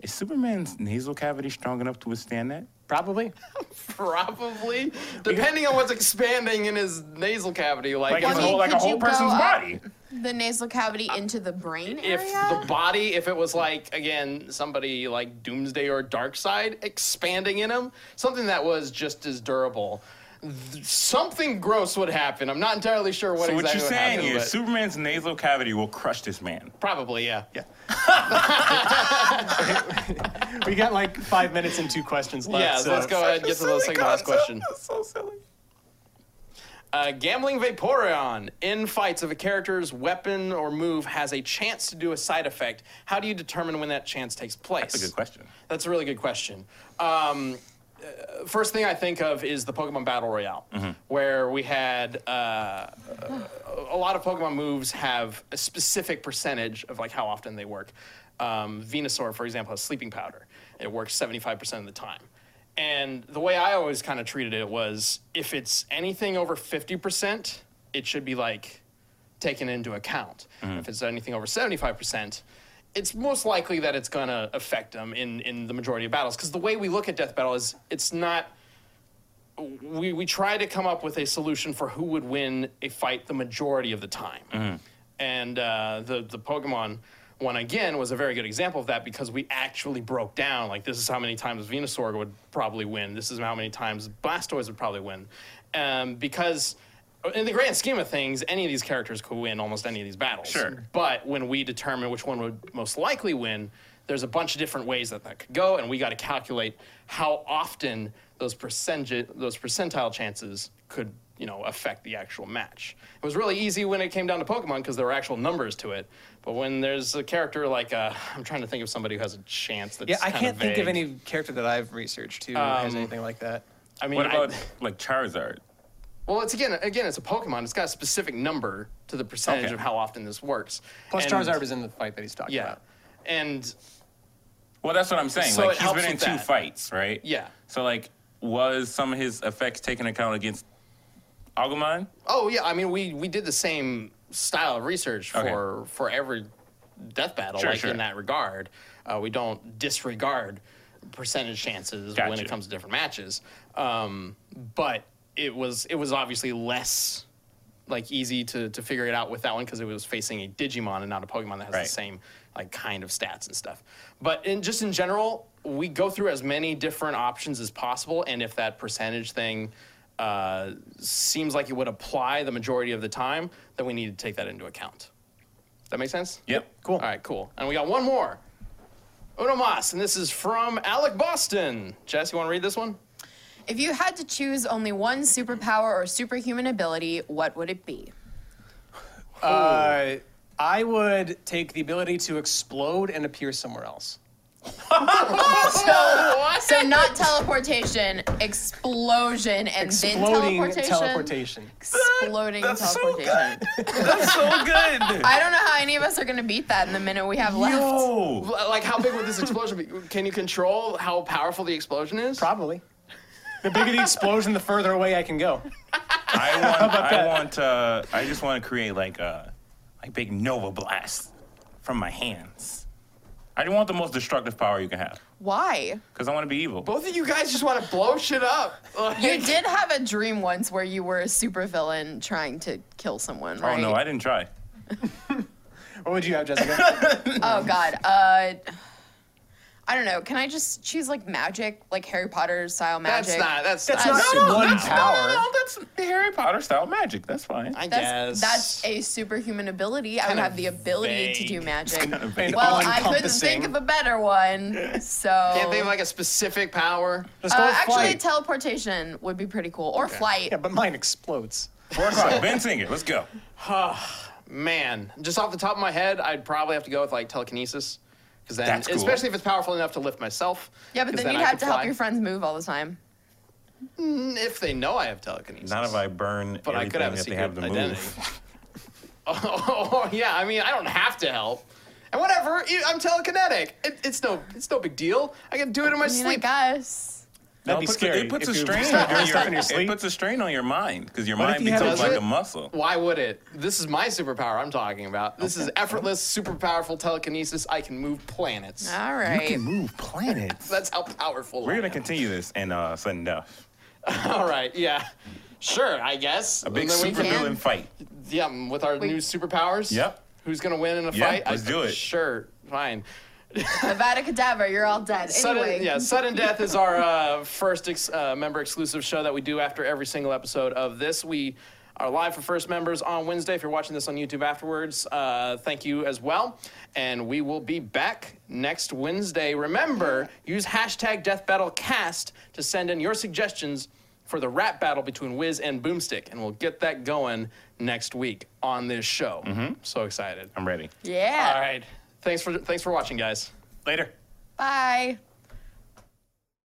D: is Superman's nasal cavity strong enough to withstand that?
B: Probably.
A: Probably, depending on what's expanding in his nasal cavity. Like,
D: Like,
A: if
D: his
C: I
A: the-
C: mean,
D: whole, like a
C: could
D: whole
C: you go
D: person's
C: up-
D: body.
C: The nasal cavity into the brain
A: if
C: area?
A: the body, if it was like again somebody like Doomsday or Darkseid expanding in him, something that was just as durable, th- something gross would happen. I'm not entirely sure what
D: So what
A: exactly
D: you're
A: would
D: saying
A: happen,
D: is
A: but
D: Superman's nasal cavity will crush this man.
A: probably yeah.
D: Yeah.
B: We got like five minutes and two questions left.
A: Yeah, so
B: so
D: uh,
A: let's go ahead and get to the second to last question.
D: That's so silly.
A: Uh, gambling Vaporeon in fights if a character's weapon or move has a chance to do a side effect. How do you determine when that chance takes place?
D: That's a good question.
A: That's a really good question. Um, uh, first thing I think of is the Pokemon Battle Royale, where we had uh, a lot of Pokemon moves have a specific percentage of like how often they work. Um, Venusaur, for example, has Sleeping Powder. It works 75% of the time. And the way I always kind of treated it was if it's anything over 50%, it should be like taken into account. If it's anything over 75%, it's most likely that it's going to affect them in, in the majority of battles. Because the way we look at Death Battle is it's not we, we try to come up with a solution for who would win a fight the majority of the time. And uh, the, the Pokemon one, again, was a very good example of that because we actually broke down like, this is how many times Venusaur would probably win, this is how many times Blastoise would probably win. Um, because, in the grand scheme of things, any of these characters could win almost any of these battles.
D: Sure.
A: But when we determine which one would most likely win, there's a bunch of different ways that that could go, and we got to calculate how often those percentage those percentile chances could you know affect the actual match. It was really easy when it came down to Pokemon because there were actual numbers to it. But when there's a character like uh, I'm trying to think of somebody who has a chance. That's
B: Yeah, I
A: kinda
B: can't think of
A: vague. Um,
B: any character that I've researched who has anything like that.
A: I mean,
D: What
A: I-
D: about like Charizard?
A: well, it's again, again, it's a Pokemon. It's got a specific number to the percentage
D: Okay.
A: of how often this works.
B: Plus,
A: And-
B: Charizard was in the fight that he's talking
A: Yeah,
B: about.
A: and
D: Well, that's what I'm saying.
A: So
D: like
A: it
D: he's
A: helps
D: been in
A: with
D: two
A: that.
D: fights, right?
A: Yeah.
D: So like, was some of his effects taken account against Agumon?
A: Oh yeah, I mean we we did the same style of research
D: Okay.
A: for for every death battle,
D: Sure,
A: like
D: sure.
A: in that regard. Uh, we don't disregard percentage chances when
D: Gotcha.
A: it comes to different matches, um, but it was it was obviously less like easy to to figure it out with that one because it was facing a Digimon and not a Pokemon that has
D: Right.
A: the same like kind of stats and stuff. But in just in general, we go through as many different options as possible, and if that percentage thing uh, seems like it would apply the majority of the time, then we need to take that into account. That make sense?
D: Yep.
A: All right, cool. And we got one more. Uno Mas, and this is from Alec Boston. Jess, you want to read this one?
C: If you had to choose only one superpower or superhuman ability, what would it be?
B: Uh, I would take the ability to explode and appear somewhere else.
C: So, so not teleportation, explosion, and
B: Exploding
C: then teleportation.
B: teleportation.
C: Exploding
D: That's so
C: teleportation.
D: That's so good.
C: I don't know how any of us are going to beat that in the minute we have left.
D: Yo.
A: L- Like, how big would this explosion be? Can you control how powerful the explosion is?
B: Probably. The bigger the explosion, the further away I can go.
D: I want. I want. Uh, I just want to create like a like big nova blast from my hands. I just want the most destructive power you can have
C: Why?
D: because I want to be evil.
A: Both of you guys just want to blow shit up. Like,
C: You did have a dream once where you were a supervillain trying to kill someone,
D: oh
C: right?
D: no, I didn't try.
B: What would you have, Jessica?
C: Oh God. Uh, I don't know. Can I just choose like magic, like Harry Potter style magic?
A: That's not. That's,
B: That's
A: not.
B: not
A: no, no,
B: one
A: that's
B: power.
D: No, no, no, that's Harry Potter style magic. That's fine.
A: I guess.
C: That's, that's a superhuman ability. I would
A: Kinda
C: have the ability to
A: vague.
C: do magic.
B: vague.
C: Well,
B: All
C: I couldn't
B: encompassing.
C: think of a better one. So
A: Can't think of like a specific power.
B: Let's go
C: uh,
B: with
C: actually,
B: flight.
C: teleportation would be pretty cool, or flight.
B: yeah, but mine explodes.
D: Four o'clock. Ben Singer. Let's go.
A: Man, just off the top of my head, I'd probably have to go with like telekinesis. Because then,
D: That's cool.
A: especially if it's powerful enough to lift myself.
C: Yeah, but
A: 'cause
C: then, you'd
A: I
C: have
A: could
C: to
A: fly. Mm,
C: help your friends move all the time.
A: If they know I have telekinesis.
D: Not if I burn
A: But I
D: everything
A: could have a
D: that they
A: secret
D: have to
A: identity.
D: move.
A: oh, yeah, I mean, I don't have to help. And whatever, I- I'm telekinetic. It, it's no, it's no big deal. I can do it in my
C: I mean, I
A: sleep.
C: guess.
B: That'd be
D: it puts
B: scary.
D: A, it puts a
B: if you
D: strain
B: start doing
D: on your,
B: stuff in your
D: It
B: sleep.
D: puts a strain on your mind because your
B: What if
D: mind
B: you had-
D: becomes
A: Does
D: like
A: it?
D: a muscle.
A: Why would it? This is my superpower I'm talking about. This is effortless, super powerful telekinesis. I can move planets.
C: All right.
D: move planets.
A: That's how powerful.
D: We're
A: I
D: gonna
A: am.
D: continue this in uh, sudden death.
A: All right, yeah. Sure, I guess.
D: A big
A: And then we
D: super
A: can-
D: villain fight.
A: Yeah, um, with our new superpowers.
D: Yep.
A: Who's gonna win in a
D: Yeah,
A: fight?
D: let's do it.
A: Sure, fine.
C: Avada Kedavra, you're all dead. Anyway.
A: Sudden, yeah, sudden death is our uh, first ex- uh, member exclusive show that we do after every single episode of this. We are live for first members on Wednesday. If you're watching this on YouTube afterwards, uh, thank you as well. And we will be back next Wednesday. Remember, use hashtag Death Battle Cast to send in your suggestions for the rap battle between Wiz and Boomstick, and we'll get that going next week on this show. So excited!
D: I'm ready.
C: Yeah.
A: All right, thanks for thanks for watching, guys.
D: Later.
C: Bye.